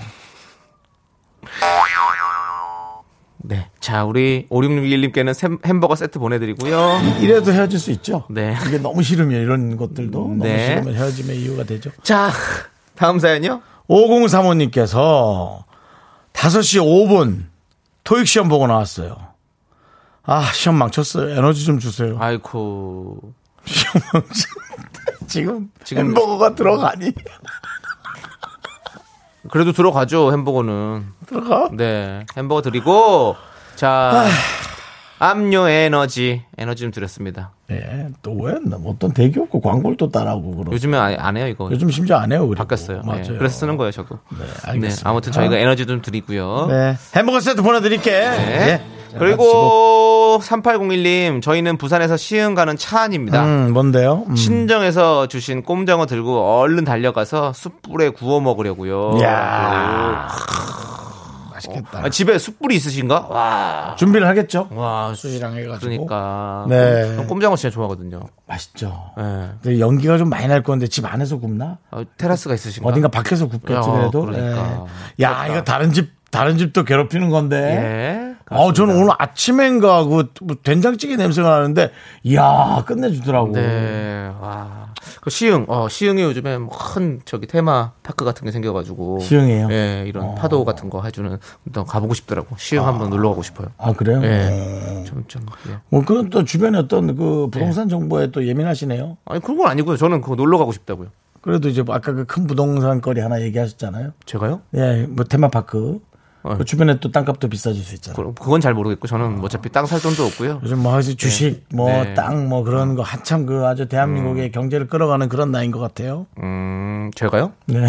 S3: 네. 자 우리 5661님께는 샘- 햄버거 세트 보내드리고요.
S2: 이래도 헤어질 수 있죠.
S3: 네.
S2: 이게 너무 싫으면 이런 것들도 너무
S3: 네.
S2: 싫으면 헤어짐의 이유가 되죠.
S3: 자 다음 사연요.
S2: 5035님께서 5시 5분 토익 시험 보고 나왔어요. 아, 시험 망쳤어요. 에너지 좀
S3: 아,
S2: 주세요.
S3: 아이고
S2: 시험 망쳤는데 지금,
S3: 지금-
S2: 햄버거가 들어가니?
S3: 그래도 들어가죠 햄버거는.
S2: 들어가?
S3: 네 햄버거 드리고 자
S2: 아.
S3: 압류 에너지 에너지 좀 드렸습니다.
S2: 네, 또 왜? 나 어떤 대기 없고 광고를 또 따라하고 그러 요즘,
S3: 요즘에 안, 안 해요 이거.
S2: 요즘 심지어 안 해요. 그리고.
S3: 바뀌었어요. 네,
S2: 맞아요.
S3: 그래서 쓰는 거예요 저거. 네,
S2: 알겠습니다.
S3: 아무튼 저희가 에너지 좀 드리고요.
S2: 네. 햄버거 세트 보내드릴게. 예.
S3: 네.
S2: 자, 마치고.
S3: 그리고 3801님 저희는 부산에서 시흥 가는 차 안입니다.
S2: 음, 뭔데요? 음.
S3: 친정에서 주신 꼼장어 들고 얼른 달려가서 숯불에 구워 먹으려고요.
S2: 이야.
S3: 오.
S2: 맛있겠다.
S3: 아, 집에 숯불이 있으신가? 와.
S2: 준비를 하겠죠?
S3: 와,
S2: 수시랑 해가지고.
S3: 음, 그러니까.
S2: 네.
S3: 저는 꼼장어 진짜 좋아하거든요.
S2: 맛있죠.
S3: 예.
S2: 근데 연기가 좀 많이 날 건데 집 안에서 굽나?
S3: 아, 테라스가 있으신가?
S2: 어딘가 밖에서 굽겠지
S3: 야,
S2: 그래도.
S3: 그러니까.
S2: 예. 야 이거 다른 집 다른 집도 괴롭히는 건데.
S3: 예.
S2: 어, 저는 오늘 아침엔가 그 된장찌개 냄새가 나는데, 이야 끝내주더라고.
S3: 네. 와. 그 시흥, 어, 시흥이 요즘에 뭐큰 저기 테마 파크 같은 게 생겨가지고.
S2: 시흥이에요? 어.
S3: 예, 이런 파도 같은 거 해주는, 일단 가보고 싶더라고. 시흥 한번 놀러 가고 싶어요.
S2: 아 그래요?
S3: 예. 좀, 좀. 예.
S2: 뭐 그런 또 주변에 어떤 그
S3: 네.
S2: 부동산 정보에 또 예민하시네요.
S3: 아니, 그런 건 아니고요. 저는 그거 놀러 가고 싶다고요.
S2: 그래도 이제 뭐 아까 그 큰 부동산 거리 하나 얘기하셨잖아요.
S3: 제가요?
S2: 예, 뭐 테마파크.
S3: 어.
S2: 그 주변에 또 땅값도 비싸질 수 있잖아요.
S3: 그- 그건 잘 모르겠고, 저는 어차피 땅 살 돈도 없고요.
S2: 요즘 뭐 아주 주식, 뭐
S3: 네.
S2: 땅 뭐 그런 거 한참 그 아주 대한민국의 경제를 끌어가는 그런 나이인 것 같아요.
S3: 음, 제가요?
S2: 네.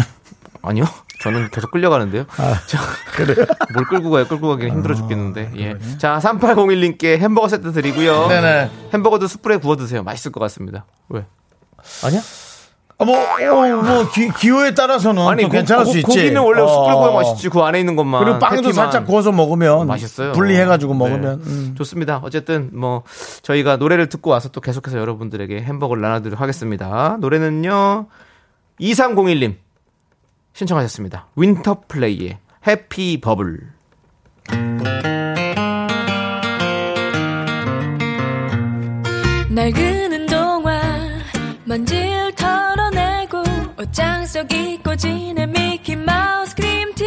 S3: 아니요. 저는 계속 끌려가는데요.
S2: 아,
S3: 자, 뭘 끌고 가요? 끌고 가기는 힘들어 죽겠는데. 예. 자, 3801님께 햄버거 세트 드리고요.
S2: 네네.
S3: 햄버거도 숯불에 구워 드세요. 맛있을 것 같습니다. 왜? 아니야?
S2: 아, 뭐, 어, 뭐 기, 기호에 따라서는 또
S3: 고-
S2: 괜찮을
S3: 고-
S2: 수 있지.
S3: 고기는 원래
S2: 어.
S3: 숯불에 구워 맛있지. 그 안에 있는 것만.
S2: 그리고 빵도
S3: 패티만.
S2: 살짝 구워서 먹으면
S3: 맛있어요.
S2: 음, 분리해가지고
S3: 네.
S2: 먹으면 음.
S3: 좋습니다. 어쨌든 뭐 저희가 노래를 듣고 와서 또 계속해서 여러분들에게 햄버거를 나눠드리도록 하겠습니다. 노래는요 2301님 신청하셨습니다. 윈터플레이의 해피 버블.
S11: 날 그는 동화 먼지를 털어내고 옷장 속 잊고 지낸 미키 마우스 그림티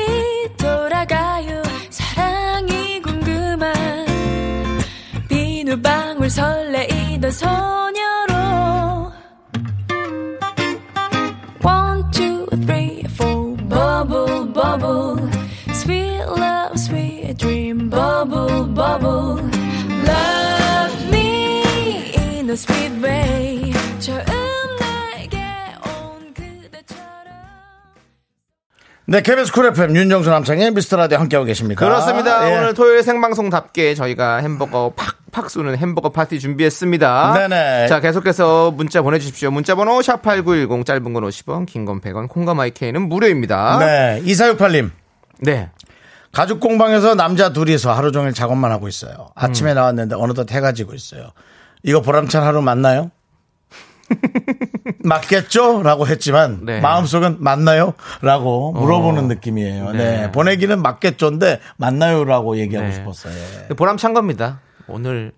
S11: 돌아가요 사랑이 궁금한 비누방울 설레이던 소녀로 One, two, three, four. Bubble, bubble. Sweet love, sweet dream. Bubble, bubble. Love me in a sweet way. 처음 내게 온 그대처럼.
S2: 네, KBS 쿨 FM 윤정수 남창의 미스터라디오 함께하고 계십니까?
S3: 그렇습니다.
S2: 예.
S3: 오늘 아, 토요일 생방송답게 저희가 햄버거 팍팍 쏘는 햄버거 파티 준비했습니다.
S2: 네네.
S3: 자, 계속해서 문자 보내주십시오. 문자번호 샵8910 짧은 건 50원, 긴 건 100원, 콩과 마이케이는 무료입니다.
S2: 네, 2468님.
S3: 네.
S2: 가죽 공방에서 남자 둘이서 하루 종일 작업만 하고 있어요.
S3: 음.
S2: 아침에 나왔는데 어느덧 해가 지고 있어요. 이거 보람찬 하루 맞나요? 맞겠죠? 라고 했지만
S3: 네.
S2: 마음속은 맞나요? 라고 물어보는 느낌이에요. 네.
S3: 네.
S2: 보내기는 맞겠죠인데 맞나요? 라고 얘기하고
S3: 네.
S2: 싶었어요. 예.
S3: 근데 보람찬 겁니다. 오늘,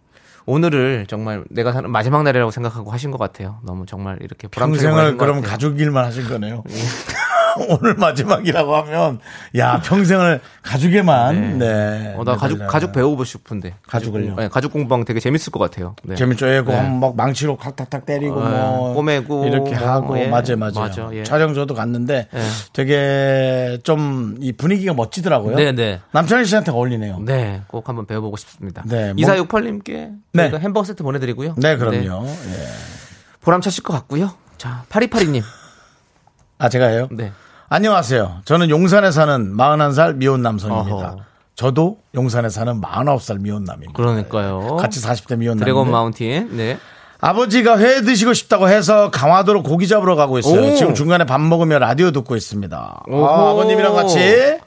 S3: 오늘을 정말 내가 사는 마지막 날이라고 생각하고 하신 것 같아요. 너무 정말 이렇게 보람찬
S2: 평생을 그럼 가족 일만 하신 거네요.
S3: 예.
S2: 오늘 마지막이라고 하면 야 평생을 가족에만 네.
S3: 어, 나 가족,
S2: 매달려요.
S3: 가족 배우고 싶은데.
S2: 가족을요?
S3: 네, 가족 공방 되게 재밌을 것 같아요. 네.
S2: 재밌죠. 예, 그거
S3: 네.
S2: 막 망치로 탁탁탁 때리고
S3: 어,
S2: 뭐
S3: 꼬매고
S2: 이렇게
S3: 뭐,
S2: 하고
S3: 예.
S2: 맞아요, 맞아요.
S3: 맞아, 예.
S2: 촬영 저도 갔는데
S3: 예.
S2: 되게 좀 이 분위기가 멋지더라고요.
S3: 네, 네.
S2: 남창희 씨한테 어울리네요. 네,
S3: 네, 꼭 한번 배워보고 싶습니다.
S2: 네, 뭐-
S3: 2468님께
S2: 네.
S3: 저희가 햄버거 세트 보내드리고요.
S2: 그럼요.
S3: 네,
S2: 예.
S3: 보람차실 것 같고요. 자, 8282님.
S2: 아 제가 해요.
S3: 네.
S2: 안녕하세요. 저는 용산에 사는 41살 미혼 남성입니다.
S3: 어허.
S2: 저도 용산에 사는 49살 미혼 남입니다.
S3: 그러니까요.
S2: 네, 같이 40대 미혼
S3: 드래곤
S2: 남인데
S3: 마운틴. 네.
S2: 아버지가 회 드시고 싶다고 해서 강화도로 고기 잡으러 가고 있어요.
S3: 오.
S2: 지금 중간에 밥 먹으며 라디오 듣고 있습니다.
S3: 오호.
S2: 아, 아버님이랑 같이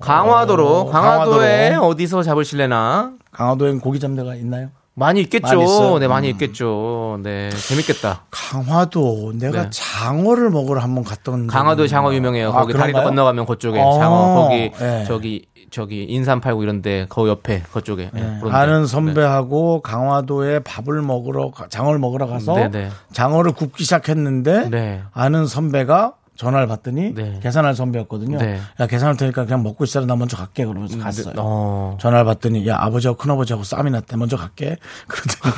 S3: 강화도로,
S2: 오,
S3: 강화도에
S2: 강화도로.
S3: 어디서 잡으실래나?
S2: 강화도엔 고기 잡는 데가 있나요?
S3: 많이 있겠죠.
S2: 많이 있어요?
S3: 네, 많이
S2: 음.
S3: 있겠죠. 네, 재밌겠다.
S2: 강화도 내가
S3: 네.
S2: 장어를 먹으러 한번 갔던
S3: 강화도
S2: 적이
S3: 장어
S2: 있나요?
S3: 유명해요.
S2: 음. 아,
S3: 거기 다리
S2: 그런가요?
S3: 건너가면 그쪽에
S2: 어,
S3: 장어, 거기
S2: 예.
S3: 저기 저기 인삼 팔고 이런데 그 옆에 그쪽에 예,
S2: 네,
S3: 그런 데.
S2: 아는
S3: 네.
S2: 선배하고 강화도에 밥을 먹으러 가- 장어를 먹으러 가서
S3: 네, 네.
S2: 장어를 굽기 시작했는데
S3: 네.
S2: 아는 선배가 전화를 받더니
S3: 네.
S2: 계산할 선배였거든요.
S3: 네. 음,
S2: 야 계산할 테니까 그냥 먹고 있어라 나 먼저 갈게 그러면서 갔어요.
S3: 어.
S2: 전화를 받더니 야 아버지하고 큰아버지하고 싸움이 났대 먼저 갈게 그러더니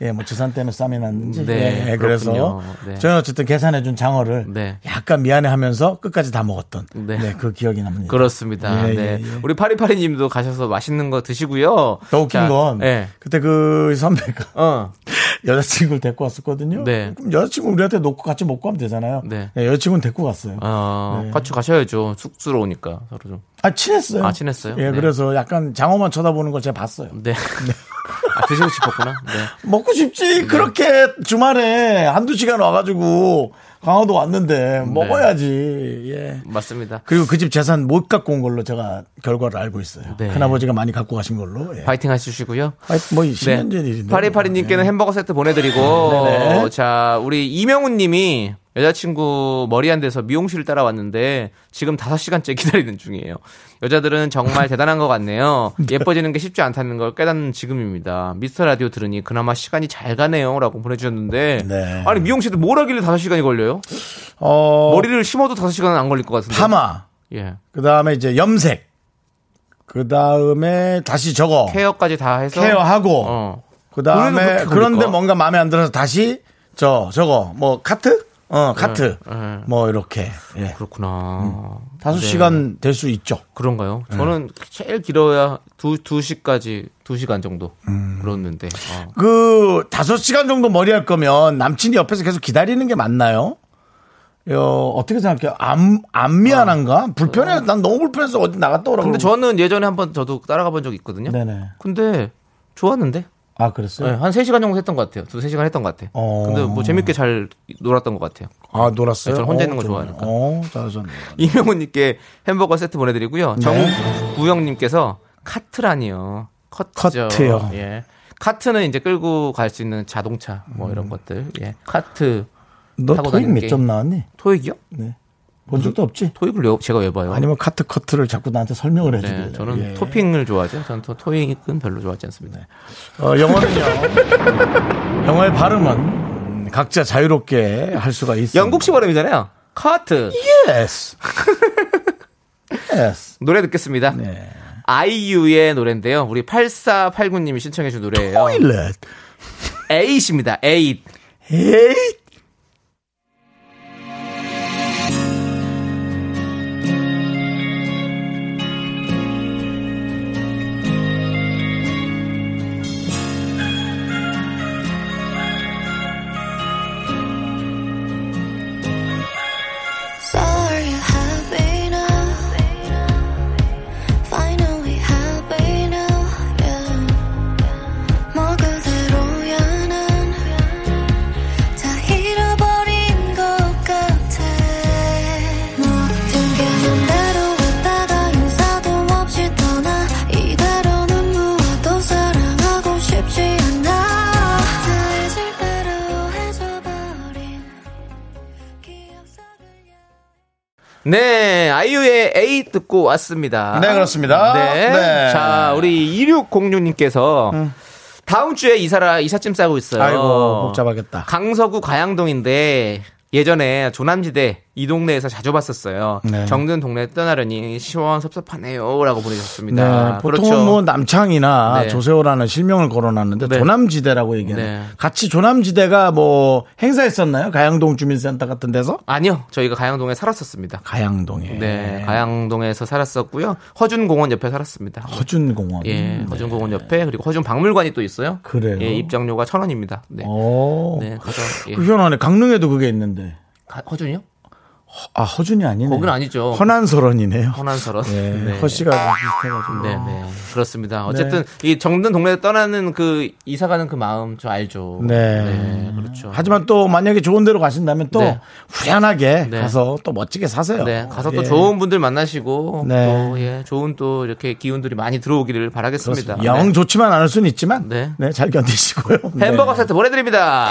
S2: 예뭐 재산 때문에 싸움이 났는지
S3: 네,
S2: 예, 예, 그래서
S3: 그렇군요. 네.
S2: 저는 어쨌든 계산해준 장어를
S3: 네.
S2: 약간 미안해하면서 끝까지 다 먹었던
S3: 네.
S2: 네 그 기억이 납니다
S3: 그렇습니다.
S2: 예,
S3: 네.
S2: 예, 예.
S3: 우리 파리파리님도 가셔서 맛있는 거 드시고요.
S2: 더 웃긴
S3: 자,
S2: 건
S3: 예.
S2: 그때 그 선배가
S3: 어.
S2: 여자친구를 데리고 왔었거든요
S3: 네.
S2: 그럼 여자친구 우리한테 놓고 같이 먹고 하면 되잖아요
S3: 네.
S2: 예, 여자친구는 데리고 갔어요
S3: 어,
S2: 네.
S3: 같이 가셔야죠. 쑥스러우니까 서로 좀.
S2: 아 친했어요
S3: 아, 친했어요?
S2: 예
S3: 네.
S2: 그래서 약간 장어만 쳐다보는 걸 제가 봤어요
S3: 네. 아, 드시고 싶었구나. 네.
S2: 먹고 싶지. 그렇게 주말에 한두 시간 와가지고 강화도
S3: 네.
S2: 왔는데 먹어야지. 예.
S3: 맞습니다.
S2: 그리고 그 집 재산 못 갖고 온 걸로 제가 결과를 알고 있어요.
S3: 네.
S2: 큰아버지가 많이 갖고 가신 걸로. 예.
S3: 파이팅 네. 하시고요.
S2: 아이, 뭐 10년 전 일인데.
S3: 파리파리님께는 햄버거 세트
S2: 네네.
S3: 보내드리고, 자, 우리 이명훈님이 여자친구 머리 안 돼서 미용실을 따라왔는데 지금 5시간째 기다리는 중이에요. 여자들은 정말 대단한 것 같네요. 예뻐지는 게 쉽지 않다는 걸 깨닫는 지금입니다. 미스터 라디오 들으니 그나마 시간이 잘 가네요. 라고 보내주셨는데,
S2: 네.
S3: 아니, 미용실도 뭘 하길래 5시간이 걸려요?
S2: 어,
S3: 머리를 심어도 5시간은 안 걸릴 것 같은데.
S2: 파마.
S3: 예.
S2: 그 다음에 이제 염색. 그 다음에 다시 저거.
S3: 케어까지 다 해서.
S2: 하고
S3: 어.
S2: 그
S3: 머리도
S2: 다음에
S3: 그렇게
S2: 그런데
S3: 걸릴까?
S2: 뭔가 마음에 안 들어서 다시 저, 저거. 뭐 카트? 어, 카트.
S3: 네.
S2: 뭐 이렇게. 예.
S3: 그렇구나.
S2: 음. 다섯
S3: 네.
S2: 시간 될 수 있죠.
S3: 그런가요?
S2: 네.
S3: 저는 제일 길어야 두, 두 시까지, 두 시간 정도.
S2: 음.
S3: 그러는데. 어.
S2: 그 다섯 시간 정도 머리 할 거면 남친이 옆에서 계속 기다리는 게 맞나요? 어, 어떻게 생각해요? 안, 안 미안한가? 불편해. 난 너무 불편해서 어디 나갔다 오라고.
S3: 근데 저는 예전에 한번 저도 따라가 본 적이 있거든요.
S2: 네네.
S3: 근데 좋았는데?
S2: 아, 그랬어요?
S3: 네, 한 3시간 정도 했던 것 같아요. 두, 3시간 했던 것 같아요.
S2: 어.
S3: 근데 뭐 재밌게 잘 놀았던 것 같아요.
S2: 아, 놀았어요?
S3: 네, 저는
S2: 어,
S3: 혼자 있는 거
S2: 좋네요.
S3: 좋아하니까.
S2: 어, 잘하셨네요.
S3: 이명훈님께 햄버거 세트 보내드리고요.
S2: 네.
S3: 정구영님께서 카트라니요. 커트죠.
S2: 커트요.
S3: 예. 카트는 이제 끌고 갈 수 있는 자동차 뭐
S2: 음.
S3: 이런 것들. 예. 카트.
S2: 너
S3: 타고
S2: 토익
S3: 다니는
S2: 몇
S3: 게.
S2: 점 나왔니?
S3: 토익이요?
S2: 본 적도 없지?
S3: 토익을 왜- 제가 왜 봐요?
S2: 아니면 카트 커트를 자꾸 나한테 설명을 해주길래.
S3: 네, 저는
S2: 예.
S3: 토핑을 좋아하죠. 저는 토, 토익은 별로 좋아하지 않습니다.
S2: 어, 영어는요. 영어의 발음은 음, 각자 자유롭게 할 수가 있어요.
S3: 영국식 발음이잖아요. 카트.
S2: 예. Yes. yes.
S3: 노래 듣겠습니다.
S2: 네.
S3: 아이유의 노래인데요. 우리 8489님이 신청해 준 노래예요.
S2: Toilet.
S3: 에잇입니다. 에잇.
S2: 에이.
S11: Sorry, how
S3: 네, 아이유의 A 듣고 왔습니다.
S2: 네, 그렇습니다.
S3: 네.
S2: 네.
S3: 자, 우리 2606님께서 다음 주에 이사라 이삿짐 싸고 네. 있어요.
S2: 아이고, 복잡하겠다.
S3: 강서구 가양동인데 예전에 조남지대 이 동네에서 자주 봤었어요.
S2: 네.
S3: 정든 동네 떠나려니 시원섭섭하네요라고 보내셨습니다.
S2: 네,
S3: 그렇죠.
S2: 보통은 뭐 남창이나
S3: 네.
S2: 조세호라는 실명을 걸어놨는데
S3: 네.
S2: 조남지대라고 얘기하는.
S3: 네.
S2: 같이 조남지대가 뭐 행사했었나요? 가양동 주민센터 같은 데서?
S3: 아니요, 저희가 가양동에 살았었습니다.
S2: 가양동에
S3: 네, 가양동에서 살았었고요. 허준공원 옆에 살았습니다.
S2: 아, 허준공원.
S3: 예, 허준공원 옆에 그리고 허준 박물관이 또 있어요.
S2: 네. 그래요?
S3: 예, 입장료가 천 원입니다. 네.
S2: 오.
S3: 네, 가서 예.
S2: 그 희한하네. 강릉에도 그게 있는데.
S3: 가- 허준이요?
S2: 아 허준이 아니네.
S3: 거긴 아니죠.
S2: 허난설원이네요.
S3: 허난설원.
S2: 예,
S3: 네.
S2: 허씨가 비슷해가지고.
S3: 네, 네. 그렇습니다. 어쨌든 이 정든 동네에 떠나는 그 이사 가는 그 마음 저 알죠.
S2: 네.
S3: 그렇죠.
S2: 하지만 또 만약에 좋은 데로 가신다면 또
S3: 네.
S2: 후련하게
S3: 네.
S2: 가서 또 멋지게 사세요.
S3: 네, 가서 또
S2: 예.
S3: 좋은 분들 만나시고
S2: 네.
S3: 또 예, 좋은 또 이렇게 기운들이 많이 들어오기를 바라겠습니다.
S2: 그렇습니다. 영
S3: 네.
S2: 좋지만 않을 수는 있지만
S3: 네.
S2: 네. 잘 견디시고요.
S3: 햄버거 세트 보내 드립니다.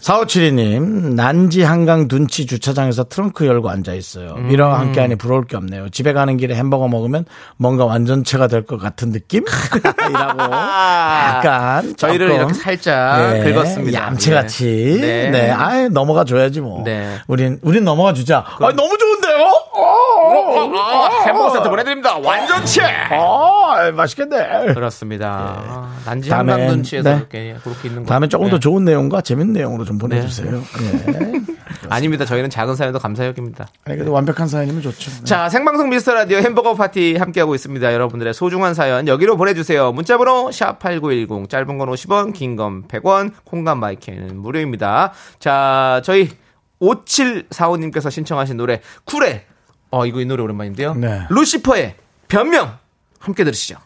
S2: 4572님, 난지 한강 둔치 주차장에서 트렁크 열고 앉아 있어요. 미라와 함께 하니 부러울 게 없네요. 집에 가는 길에 햄버거 먹으면 뭔가 완전체가 될 것 같은 느낌? 이라고. 약간.
S3: 저희를
S2: 조금,
S3: 이렇게 살짝
S2: 네,
S3: 긁었습니다.
S2: 얌체같이.
S3: 예.
S2: 네. 아예 넘어가 줘야지 뭐.
S3: 네.
S2: 우린, 우린 넘어가 주자. 아 너무 좋은데요? 어, 어,
S3: 아, 햄버거 세트 보내드립니다. 완전체.
S2: 아, 맛있겠네.
S3: 그렇습니다. 아, 난지
S2: 다음엔,
S3: 한강 눈치에서
S2: 네.
S3: 이렇게 그렇게 있는 거.
S2: 다음에 조금 더
S3: 네.
S2: 좋은 내용과 재밌는 내용으로 좀 보내주세요. 네.
S3: 아닙니다. 저희는 작은 사연도 감사역입니다.
S2: 아니, 그래도 완벽한 사연이면 좋죠.
S3: 네.
S2: 네.
S3: 자, 생방송 미스터 라디오 햄버거 파티 함께하고 있습니다. 여러분들의 소중한 사연 여기로 보내주세요. 문자번호 샵8910, 짧은 건 50원, 긴 건 100원, 콩감 마이크는 무료입니다. 자, 저희 5745님께서 신청하신 노래, 쿨의, 어, 이거 이 노래 오랜만인데요.
S2: 네.
S3: 루시퍼의 변명, 함께 들으시죠.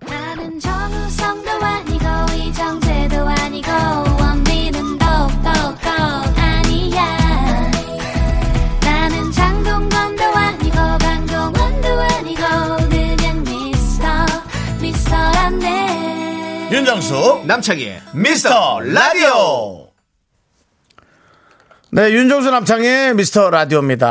S11: 나는 정우성도 아니고 이정재도 아니고 원빈은 더욱더 아니야 나는 장동건도 아니고 강동원도 아니고 그냥 미스터 미스터란데
S2: 윤정수
S3: 남창희의
S2: 미스터 라디오 네 윤정수 남창의 미스터 라디오입니다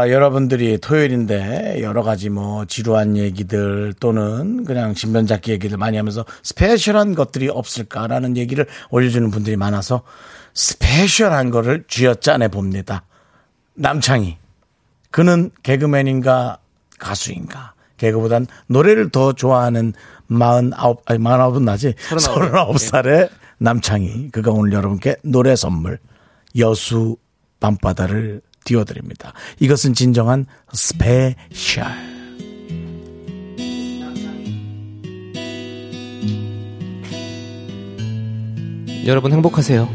S2: 아, 여러분들이 토요일인데 여러 가지 뭐 지루한 얘기들 또는 그냥 신변잡기 얘기들 많이 하면서 스페셜한 것들이 없을까라는 얘기를 올려주는 분들이 많아서 스페셜한 거를 쥐어짜내 봅니다 남창희 그는 개그맨인가 가수인가 개그보단 노래를 더 좋아하는 49 아니 49은 나지
S3: 39.
S2: 39살의 남창희 그가 오늘 여러분께 노래 선물 여수 밤바다를 띄워드립니다 이것은 진정한 스페셜
S3: 여러분 행복하세요.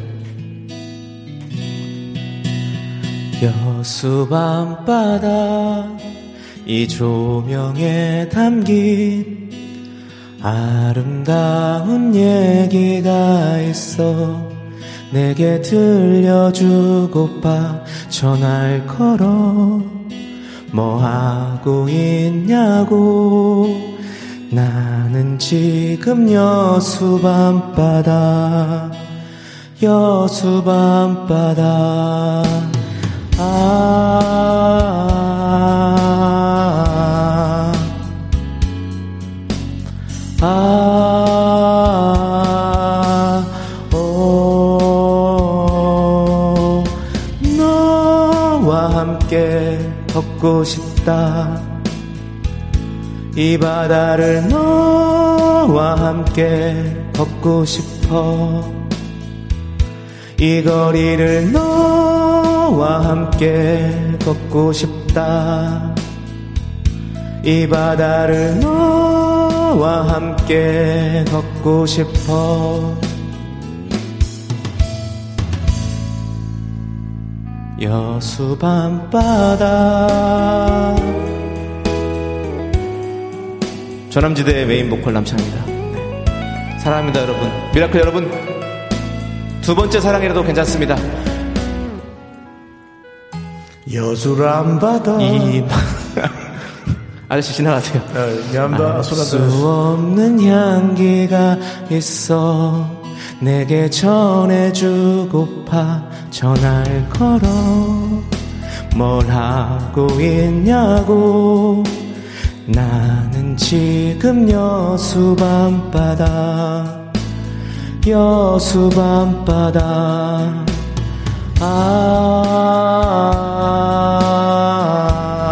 S3: 여수 밤바다 이 조명에 담긴 아름다운 얘기가 있어 내게 들려주고파 전화를 걸어 뭐 하고 있냐고 나는 지금 여수 밤바다 여수 밤바다 아, 아, 오, 너와 함께 걷고 싶다. 이 바다를 너와 함께 걷고 싶어. 이 거리를 너와 함께 걷고 싶다. 이 바다를 너와 나와 함께 걷고 싶어 여수 밤바다 전남지대의 메인 보컬 남창입니다 네. 사랑합니다 여러분 미라클 여러분 두 번째 사랑이라도 괜찮습니다
S2: 여수람바다
S3: 이 아저씨 지나가세요
S2: 연바
S3: 알 수 없는 향기가 있어 내게 전해주고파 전화를 걸어 뭘 하고 있냐고 나는 지금 여수 밤바다 여수 밤바다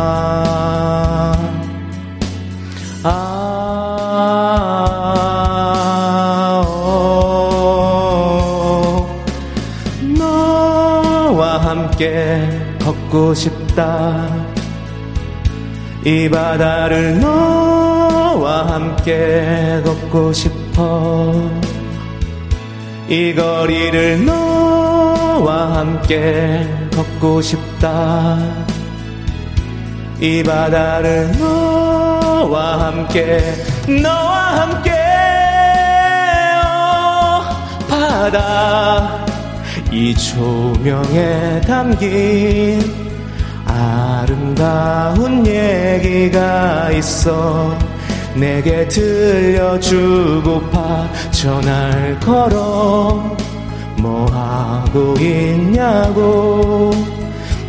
S3: 아, 아, 아, 어. 너와 함께 걷고 싶다. 이 바다를 너와 함께 걷고 싶어. 이 거리를 너와 함께 걷고 싶다. 이 바다를 너와 함께, 너와 함께, 어, 바다. 이 조명에 담긴 아름다운 얘기가 있어 내게 들려주고파 전화를 걸어 뭐 하고 있냐고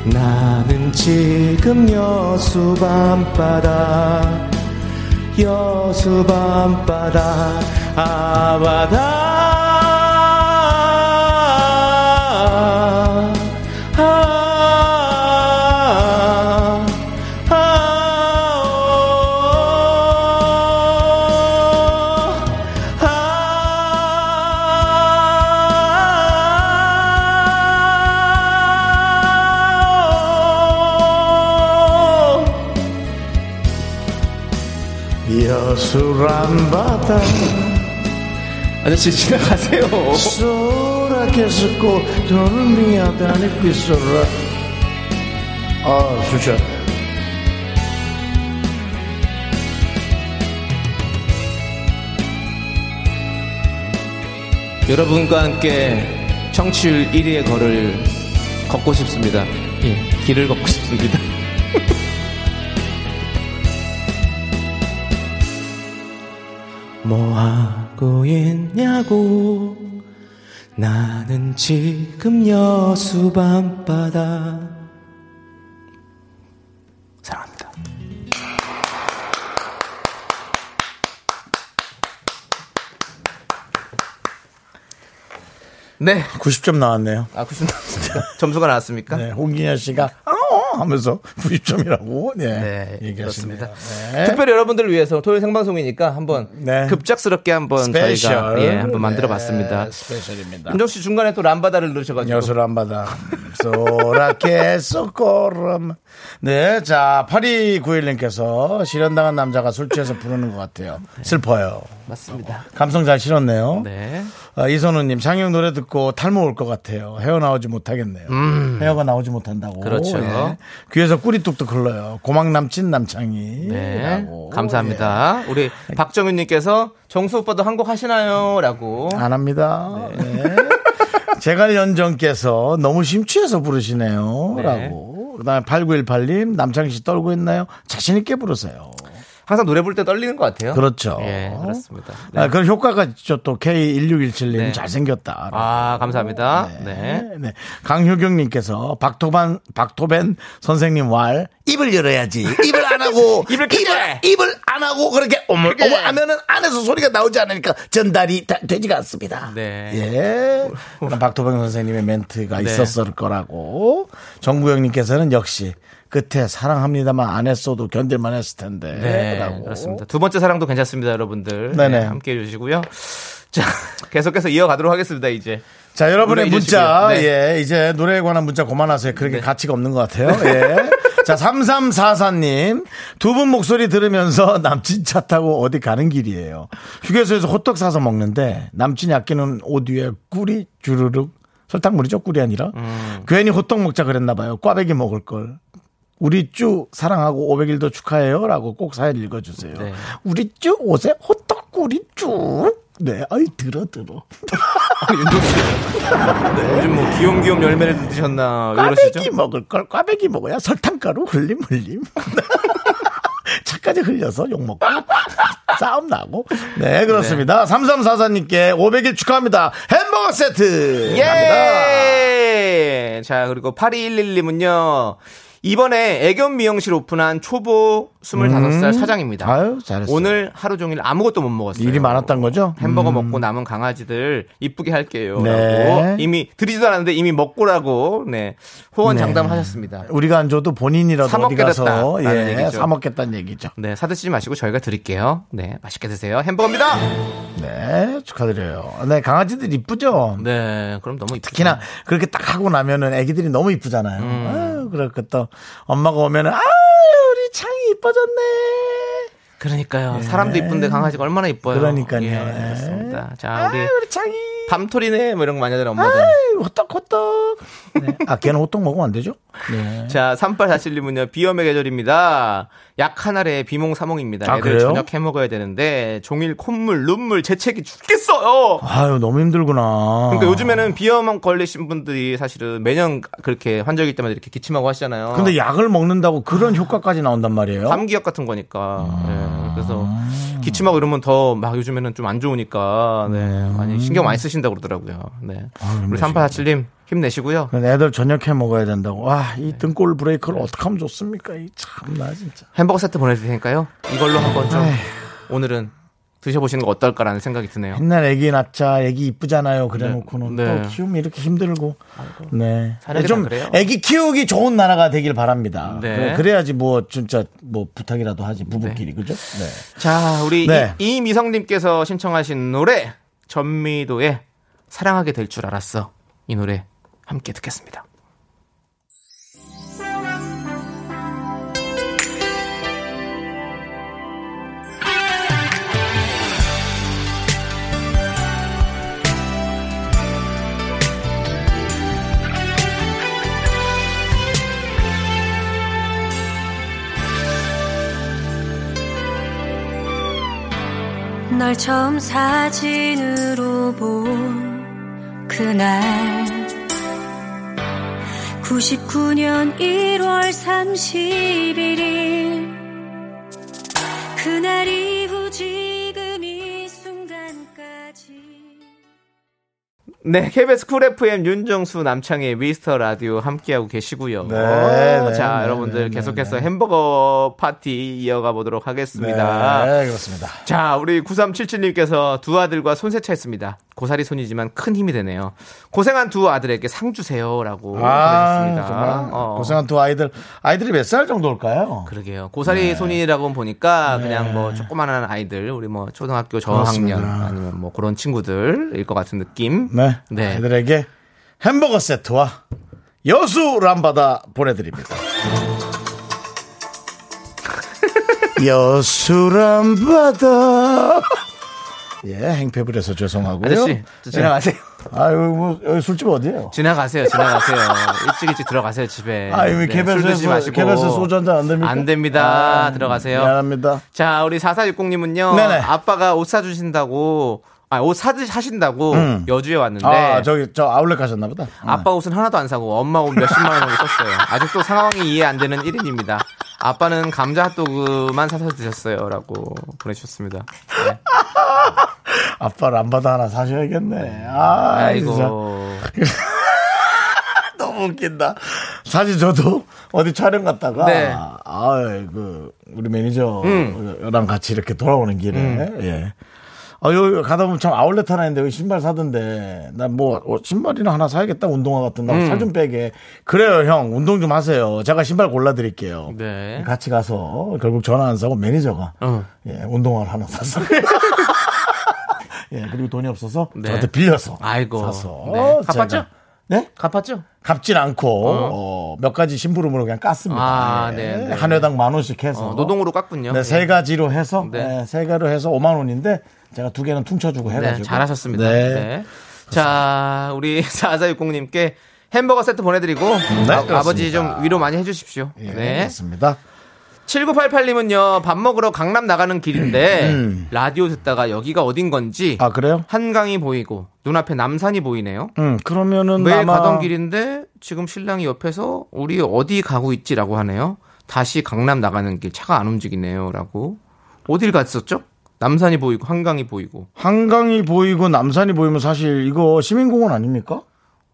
S3: 나는 지금 여수 밤바다 여수 밤바다 아바다 아, 아, 아, 어, 아, 어.
S2: 여수람바다
S3: 아저씨 지나가세요.
S2: 소라 계속고 dormia 다니 피소라 아 수차
S3: 여러분과 함께 청취율 1위의 걸을 걷고 싶습니다. 예, 길을 걷고 싶습니다. 뭐 하고 있냐고 나는 지금 여수 밤바다 사랑합니다. 네.
S2: 90점 나왔네요.
S3: 아, 90 나왔습니다. 점수가 나왔습니까?
S2: 네, 홍기현 씨가 어 하면서 90점이라고
S3: 네,
S2: 네,
S3: 그렇습니다.
S2: 얘기하십니다.
S3: 특별히 여러분들을 위해서 토요일 생방송이니까 한번
S2: 네.
S3: 급작스럽게 한번 저희가 예, 한번 만들어 봤습니다.
S2: 네, 스페셜입니다.
S3: 윤정 씨 중간에 또 람바다를 넣으셔가지고
S2: 여수람바다 소라케 소꼬름 네, 자 8291님께서 실현당한 남자가 술 취해서 부르는 것 같아요.
S3: 네.
S2: 슬퍼요.
S3: 맞습니다.
S2: 감성 잘 실었네요.
S3: 네.
S2: 아, 이선우님 장혁 노래 듣고 탈모 올 것 같아요. 헤어나오지 못하겠네요. 헤어가 나오지 못한다고.
S3: 음.
S2: 예.
S3: 그렇죠.
S2: 귀에서 꿀이 뚝뚝 흘러요. 고막 남친 남창이.
S3: 네. 감사합니다. 우리 박정윤님께서 정수 오빠도 한 곡 하시나요? 라고.
S2: 예. 안 합니다. 네. 제가 연정께서 너무 심취해서 부르시네요.
S3: 네.
S2: 라고. 그다음에 8918님 남창희 씨 떨고 있나요? 자신 있게 부르세요.
S3: 항상 노래 부를 때 떨리는 것 같아요.
S2: 그렇죠.
S3: 예, 그렇습니다. 네.
S2: 아, 그런 효과가 있죠. 또 K1617님
S3: 네.
S2: 잘생겼다.
S3: 아, 감사합니다. 네.
S2: 네. 강효경님께서 박토반, 박토벤 선생님 왈, 입을 열어야지. 입을 안 하고,
S3: 입을 크게.
S2: 입을 안 하고, 그렇게 오물오물 하면은 안에서 소리가 나오지 않으니까 전달이 다- 되지가 않습니다.
S3: 네.
S2: 예. 그럼 박토벤 선생님의 멘트가 있었을 거라고. 정구영님께서는 역시 끝에 사랑합니다만 안 했어도 견딜만 했을 텐데.
S3: 네,
S2: 라고.
S3: 그렇습니다. 두 번째 사랑도 괜찮습니다, 여러분들.
S2: 네네.
S3: 네, 함께 해주시고요. 자, 계속해서 이어가도록 하겠습니다, 이제.
S2: 자, 여러분의
S3: 문자
S2: 문자,
S3: 주시고요.
S2: 예, 이제 노래에 관한 문자 그만하세요. 그렇게 가치가 없는 것 같아요. 예. 자, 3344님. 두 분 목소리 들으면서 남친 차 타고 어디 가는 길이에요. 휴게소에서 호떡 사서 먹는데 남친이 아끼는 옷 위에 꿀이 주르륵. 설탕물이죠? 꿀이 아니라. 괜히 호떡 먹자 그랬나봐요. 꽈배기 먹을 걸. 우리 쭈 사랑하고 500일도 축하해요. 라고 꼭 사연 읽어주세요. 우리 쭈 옷에 호떡 꿀이 쭉. 네, 아이, 들어, 들어. 그
S3: 요즘 뭐 귀염귀염 열매를 드셨나 왜 이러시죠?
S2: 꽈배기 뭐. 먹을 걸 꽈배기 먹어야 설탕가루 흘림 흘림 차까지 흘려서 욕 먹고 싸움 나고 네 그렇습니다 삼삼사사님께 500일 축하합니다 햄버거 세트
S3: 예! 네, 자, 그리고 8211님은요. 이번에 애견 미용실 오픈한 초보 25살
S2: 음.
S3: 사장입니다.
S2: 아유, 잘했어요.
S3: 오늘 하루 종일 아무것도 못 먹었어요.
S2: 일이 많았던 거죠
S3: 햄버거
S2: 음.
S3: 먹고 남은 강아지들 이쁘게 할게요.
S2: 네.
S3: 라고 이미 드리지도 않았는데 이미 먹고라고 네. 호언
S2: 네.
S3: 장담하셨습니다.
S2: 우리가 안 줘도 본인이라도 어디 가서
S3: 사먹겠다라는
S2: 예,
S3: 얘기죠.
S2: 사먹겠다는 얘기죠
S3: 네, 사드시지 마시고 저희가 드릴게요. 네, 맛있게 드세요. 햄버거입니다.
S2: 네 축하드려요 네 강아지들 이쁘죠
S3: 네, 그럼 너무 이쁘죠.
S2: 특히나 그렇게 딱 하고 나면은 애기들이 너무 이쁘잖아요.
S3: 음.
S2: 아유, 그렇게 또 엄마가 오면은 아유 우리 창이 이뻐졌네.
S3: 그러니까요. 사람도 이쁜데 강아지가 얼마나 이뻐요.
S2: 예. 그러니까요.
S3: 예, 그렇습니다. 자,
S2: 아유
S3: 우리
S2: 우리 창이.
S3: 밤토리네 뭐 이런 거 많이 하잖아요, 엄마들.
S2: 아유 호떡 호떡. 네. 아 걔는 호떡 먹으면 안 되죠? 네.
S3: 자, 3847님은요, 비염의 계절입니다. 약 한 알에 비몽사몽입니다.
S2: 아,
S3: 애들
S2: 그래요?
S3: 저녁 해 먹어야 되는데, 종일 콧물, 눈물, 재채기 죽겠어요!
S2: 아유 너무 힘들구나.
S3: 그러니까 요즘에는 비염 걸리신 분들이 사실은 매년 그렇게 환절기 때마다 이렇게 기침하고 하시잖아요.
S2: 근데 약을 먹는다고 그런 효과까지 나온단 말이에요.
S3: 감기약 같은 거니까. 예, 그래서 기침하고 이러면 더 막 요즘에는 좀 안 좋으니까, 네, 많이 신경 많이 쓰신다고 그러더라고요. 네. 우리 3847님, 힘내시고요.
S2: 그럼 애들 저녁 해 먹어야 된다고. 와, 이 등골 브레이크를 어떻게 하면 좋습니까? 이 참나 진짜.
S3: 햄버거 세트 보내드릴 테니까요. 이걸로 한번 좀
S2: 에휴.
S3: 오늘은 드셔보시는 거 어떨까라는 생각이 드네요.
S2: 옛날 애기 낳자, 애기 이쁘잖아요. 그래놓고는
S3: 네, 네.
S2: 또 키우면 이렇게 힘들고. 네.
S3: 사는 게
S2: 좀
S3: 다 그래요.
S2: 애기 키우기 좋은 나라가 되길 바랍니다.
S3: 네.
S2: 그래- 그래야지 뭐 진짜 뭐 부탁이라도 하지 부부끼리 그죠? 네.
S3: 자, 우리
S2: 네.
S3: 이, 이미성님께서 신청하신 노래 전미도의 사랑하게 될 줄 알았어 이 노래 함께 듣겠습니다.
S12: 널 처음 사진으로 본 그날 99년 1월 31일 그날 이후 지금 이 순간까지
S3: 네, KBS 쿨 FM 윤정수 남창의 미스터 라디오 함께하고 계시고요.
S2: 네,
S3: 자,
S2: 네,
S3: 여러분들 계속해서 햄버거 파티 이어가 보도록 하겠습니다.
S2: 네, 그렇습니다.
S3: 자, 우리 9377님께서 두 아들과 손세차했습니다. 고사리 손이지만 큰 힘이 되네요. 고생한 두 아들에게 상 주세요라고
S2: 아,
S3: 보내주셨습니다.
S2: 정말
S3: 어.
S2: 고생한 두 아이들. 아이들이 몇 살 정도일까요?
S3: 그러게요. 고사리
S2: 네.
S3: 손이라고 보니까 그냥 뭐 조그만한 아이들, 우리 뭐 초등학교 저학년
S2: 그렇습니다.
S3: 아니면 뭐 그런 친구들일 것 같은 느낌.
S2: 네.
S3: 네.
S2: 아이들에게 햄버거 세트와 여수 람바다 보내드립니다. 여수 람바다. 예, 행패부려서 죄송하고요. 예.
S3: 아저씨, 저 지나가세요.
S2: 아유, 뭐, 여기 술집 어디예요
S3: 지나가세요, 지나가세요. 일찍 일찍 들어가세요 집에. 네,
S2: 아유, 왜
S3: 술 드시지
S2: 개별에서,
S3: 마시고.
S2: 개별에서 소주 한잔 안 됩니까?
S3: 안 됩니다.
S2: 아,
S3: 들어가세요.
S2: 미안합니다.
S3: 자, 우리 4460님은요.
S2: 네네.
S3: 아빠가 옷 사주신다고, 아, 옷 사주신다고
S2: 음.
S3: 여주에 왔는데.
S2: 아, 저기, 음. 저 아울렛 가셨나 보다.
S3: 아빠 옷은 하나도 안 사고 엄마 옷 몇십만 원을 썼어요. 아직도 상황이 이해 안 되는 1인입니다. 아빠는 감자 핫도그만 사서 드셨어요. 라고 보내주셨습니다. 네.
S2: 아빠 람바다 하나 사셔야겠네. 아,
S3: 아이고.
S2: 진짜. 너무 웃긴다. 사실 저도 어디 촬영 갔다가
S3: 네.
S2: 아그 우리
S3: 음.
S2: 매니저랑 같이 이렇게 돌아오는 길에 예. 아, 여기 가다 보면 참 아울렛 하나 있는데 여기 신발 사던데 나 뭐 신발이나 하나 사야겠다 운동화 같은
S3: 음.
S2: 거 살 좀 빼게 그래요 형 운동 좀 하세요 제가 신발 골라 드릴게요
S3: 네.
S2: 같이 가서 결국 전화 안 사고 매니저가
S3: 어.
S2: 예, 운동화를 하나 샀어요 예 그리고 돈이 없어서
S3: 네.
S2: 저한테 빌려서
S3: 아이고.
S2: 사서 어,
S3: 네.
S2: 제가-
S3: 갚았죠?
S2: 네?
S3: 갚았죠?
S2: 갚진 않고 어, 몇 가지 심부름으로 그냥 깠습니다.
S3: 아,
S2: 네.
S3: 네, 네.
S2: 한 회당 만 원씩 해서
S3: 어, 노동으로 깠군요.
S2: 네, 세
S3: 예.
S2: 가지로 해서
S3: 네.
S2: 네. 세 가지로 해서 5만 원인데 제가 두 개는 퉁쳐주고 해가지고
S3: 네, 잘하셨습니다.
S2: 네.
S3: 네. 자, 우리 4460님께 햄버거 세트 보내드리고
S2: 네, 그렇습니다.
S3: 아, 버지좀 위로 많이 해주십시오.
S2: 예,
S3: 네.
S2: 그렇습니다.
S3: 7988님은요, 밥 먹으러 강남 나가는 길인데,
S2: 음.
S3: 라디오 듣다가 여기가 어딘 건지,
S2: 아 그래요?
S3: 한강이 보이고, 눈앞에 남산이 보이네요.
S2: 음 그러면은
S3: 매일
S2: 아마
S3: 가던 길인데, 지금 신랑이 옆에서, 우리 어디 가고 있지라고 하네요. 다시 강남 나가는 길, 차가 안 움직이네요. 라고. 어딜 갔었죠? 남산이 보이고, 한강이 보이고,
S2: 한강이 보이고 남산이 보이면 사실 이거 시민공원 아닙니까?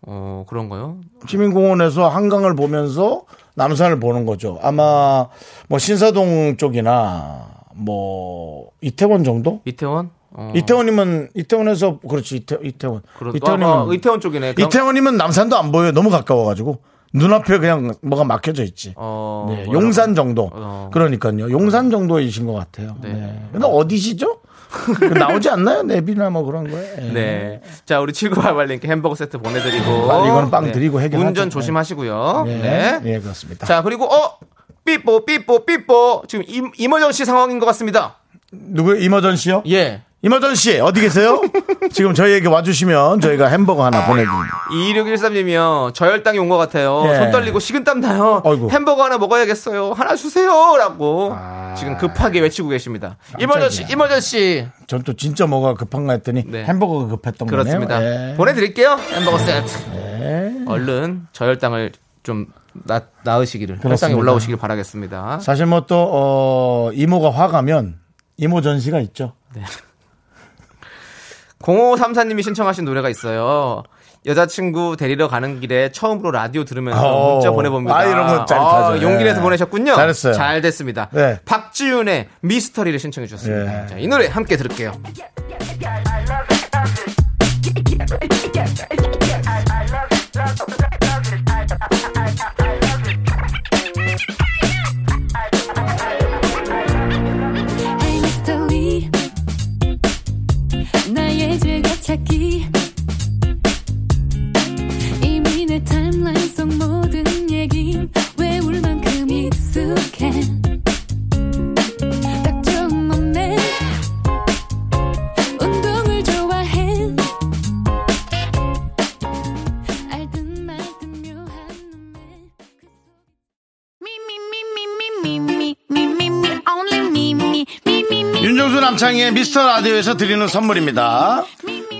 S3: 어, 그런가요?
S2: 시민공원에서 한강을 보면서 남산을 보는 거죠. 아마 뭐 신사동 쪽이나 뭐 이태원 정도?
S3: 이태원? 어.
S2: 이태원이면 이태원에서 그렇지 이태, 이태원.
S3: 그런- 아, 아, 이태원 쪽이네. 그럼-
S2: 이태원이면 남산도 안 보여요. 너무 가까워가지고 눈앞에 그냥 뭐가 막혀져 있지.
S3: 어,
S2: 네,
S3: 뭐라고?
S2: 용산 정도.
S3: 어.
S2: 그러니까요. 용산 정도이신 것 같아요. 네. 근데 어디시죠? 그 나오지 않나요? 내비나 뭐 그런 거에. 예.
S3: 네. 자, 우리 7988님께 햄버거 세트 보내드리고.
S2: 빨리 아, 이거는 빵
S3: 네.
S2: 드리고 해결하죠.
S3: 운전
S2: 네.
S3: 조심하시고요.
S2: 예,
S3: 네.
S2: 예, 그렇습니다.
S3: 자, 그리고, 어! 삐뽀, 삐뽀, 삐뽀. 지금 임, 이머전시 상황인 것 같습니다.
S2: 누구요? 임어전 씨요?
S3: 예.
S2: 임어전 씨, 어디 계세요? 지금 저희에게 와주시면 저희가 햄버거
S3: 아.
S2: 하나 보내드립니다.
S3: 2613님이요. 저혈당이 온 것 같아요.
S2: 예.
S3: 손 떨리고 식은땀 나요.
S2: 아이고.
S3: 햄버거 하나 먹어야겠어요. 하나 주세요. 라고
S2: 아.
S3: 지금 급하게 외치고 계십니다. 이머전시, 이머전시.
S2: 전 또 진짜 뭐가 급한가 했더니 햄버거가 급했던
S3: 네. 음, 그렇습니다.
S2: 거네요. 네. 예.
S3: 보내드릴게요. 햄버거 세트. 얼른 저혈당을 좀 나, 나으시기를. 혈당이
S2: 그렇습니다.
S3: 올라오시길 바라겠습니다.
S2: 사실 뭐 또 어, 이모가 화가면 이모 전시가 있죠.
S3: 0534님이 신청하신 노래가 있어요. 여자친구 데리러 가는 길에 처음으로 라디오 들으면서
S2: 어.
S3: 문자 보내봅니다.
S2: 아, 이런 거 짜릿하죠.
S3: 아, 용기 내서
S2: 네.
S3: 보내셨군요.
S2: 잘했어요.
S3: 잘 됐습니다.
S2: 네.
S3: 박지윤의 미스터리를 신청해 주셨습니다.
S2: 예.
S3: 자, 이 노래 함께 들을게요.
S13: Hey 미스터리 나의 즐겨찾기 이미 내 타임라인 속 모든 얘긴 외울 만큼 익숙해 딱 좋은 몸매 운동을 좋아해 알든 말든 묘한
S2: 윤정수 남창희의 미스터 라디오에서 드리는 선물입니다.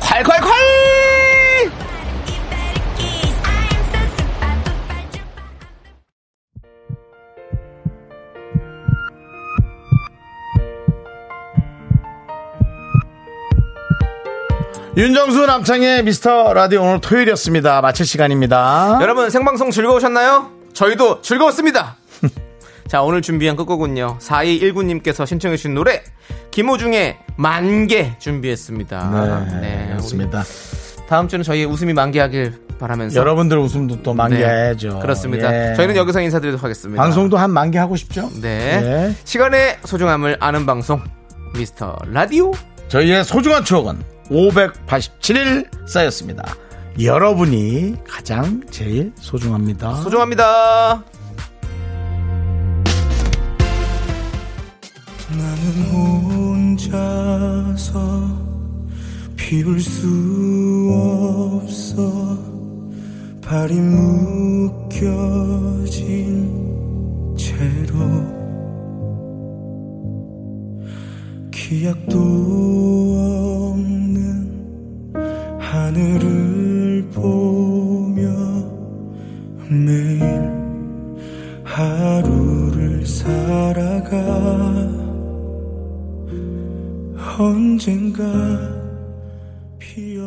S3: 콸콸콸!
S2: 윤정수 남창의 미스터 라디오 오늘 토요일이었습니다. 마칠 시간입니다.
S3: 여러분 생방송 즐거우셨나요? 저희도 즐거웠습니다. 자 오늘 준비한 끝곡은요 4219님께서 신청해 주신 노래 김호중의 만개 준비했습니다.
S2: 네, 그렇습니다.
S3: 우리 다음 주는 저희의 웃음이 만개하길 바라면서 네,
S2: 여러분들 웃음도 또 만개해야죠.
S3: 그렇습니다.
S2: 예.
S3: 저희는 여기서 인사드리도록 하겠습니다.
S2: 방송도 한 만개 하고 싶죠?
S3: 네.
S2: 네.
S3: 시간의 소중함을 아는 방송 미스터 라디오
S2: 저희의 소중한 추억은 587일 쌓였습니다. 여러분이 가장 제일 소중합니다.
S3: 소중합니다.
S14: 나는 혼자서 피울 수 없어 발이 묶여진 채로 기약도 없는 하늘을 보며 매일 하루를 살아가 언젠가 피어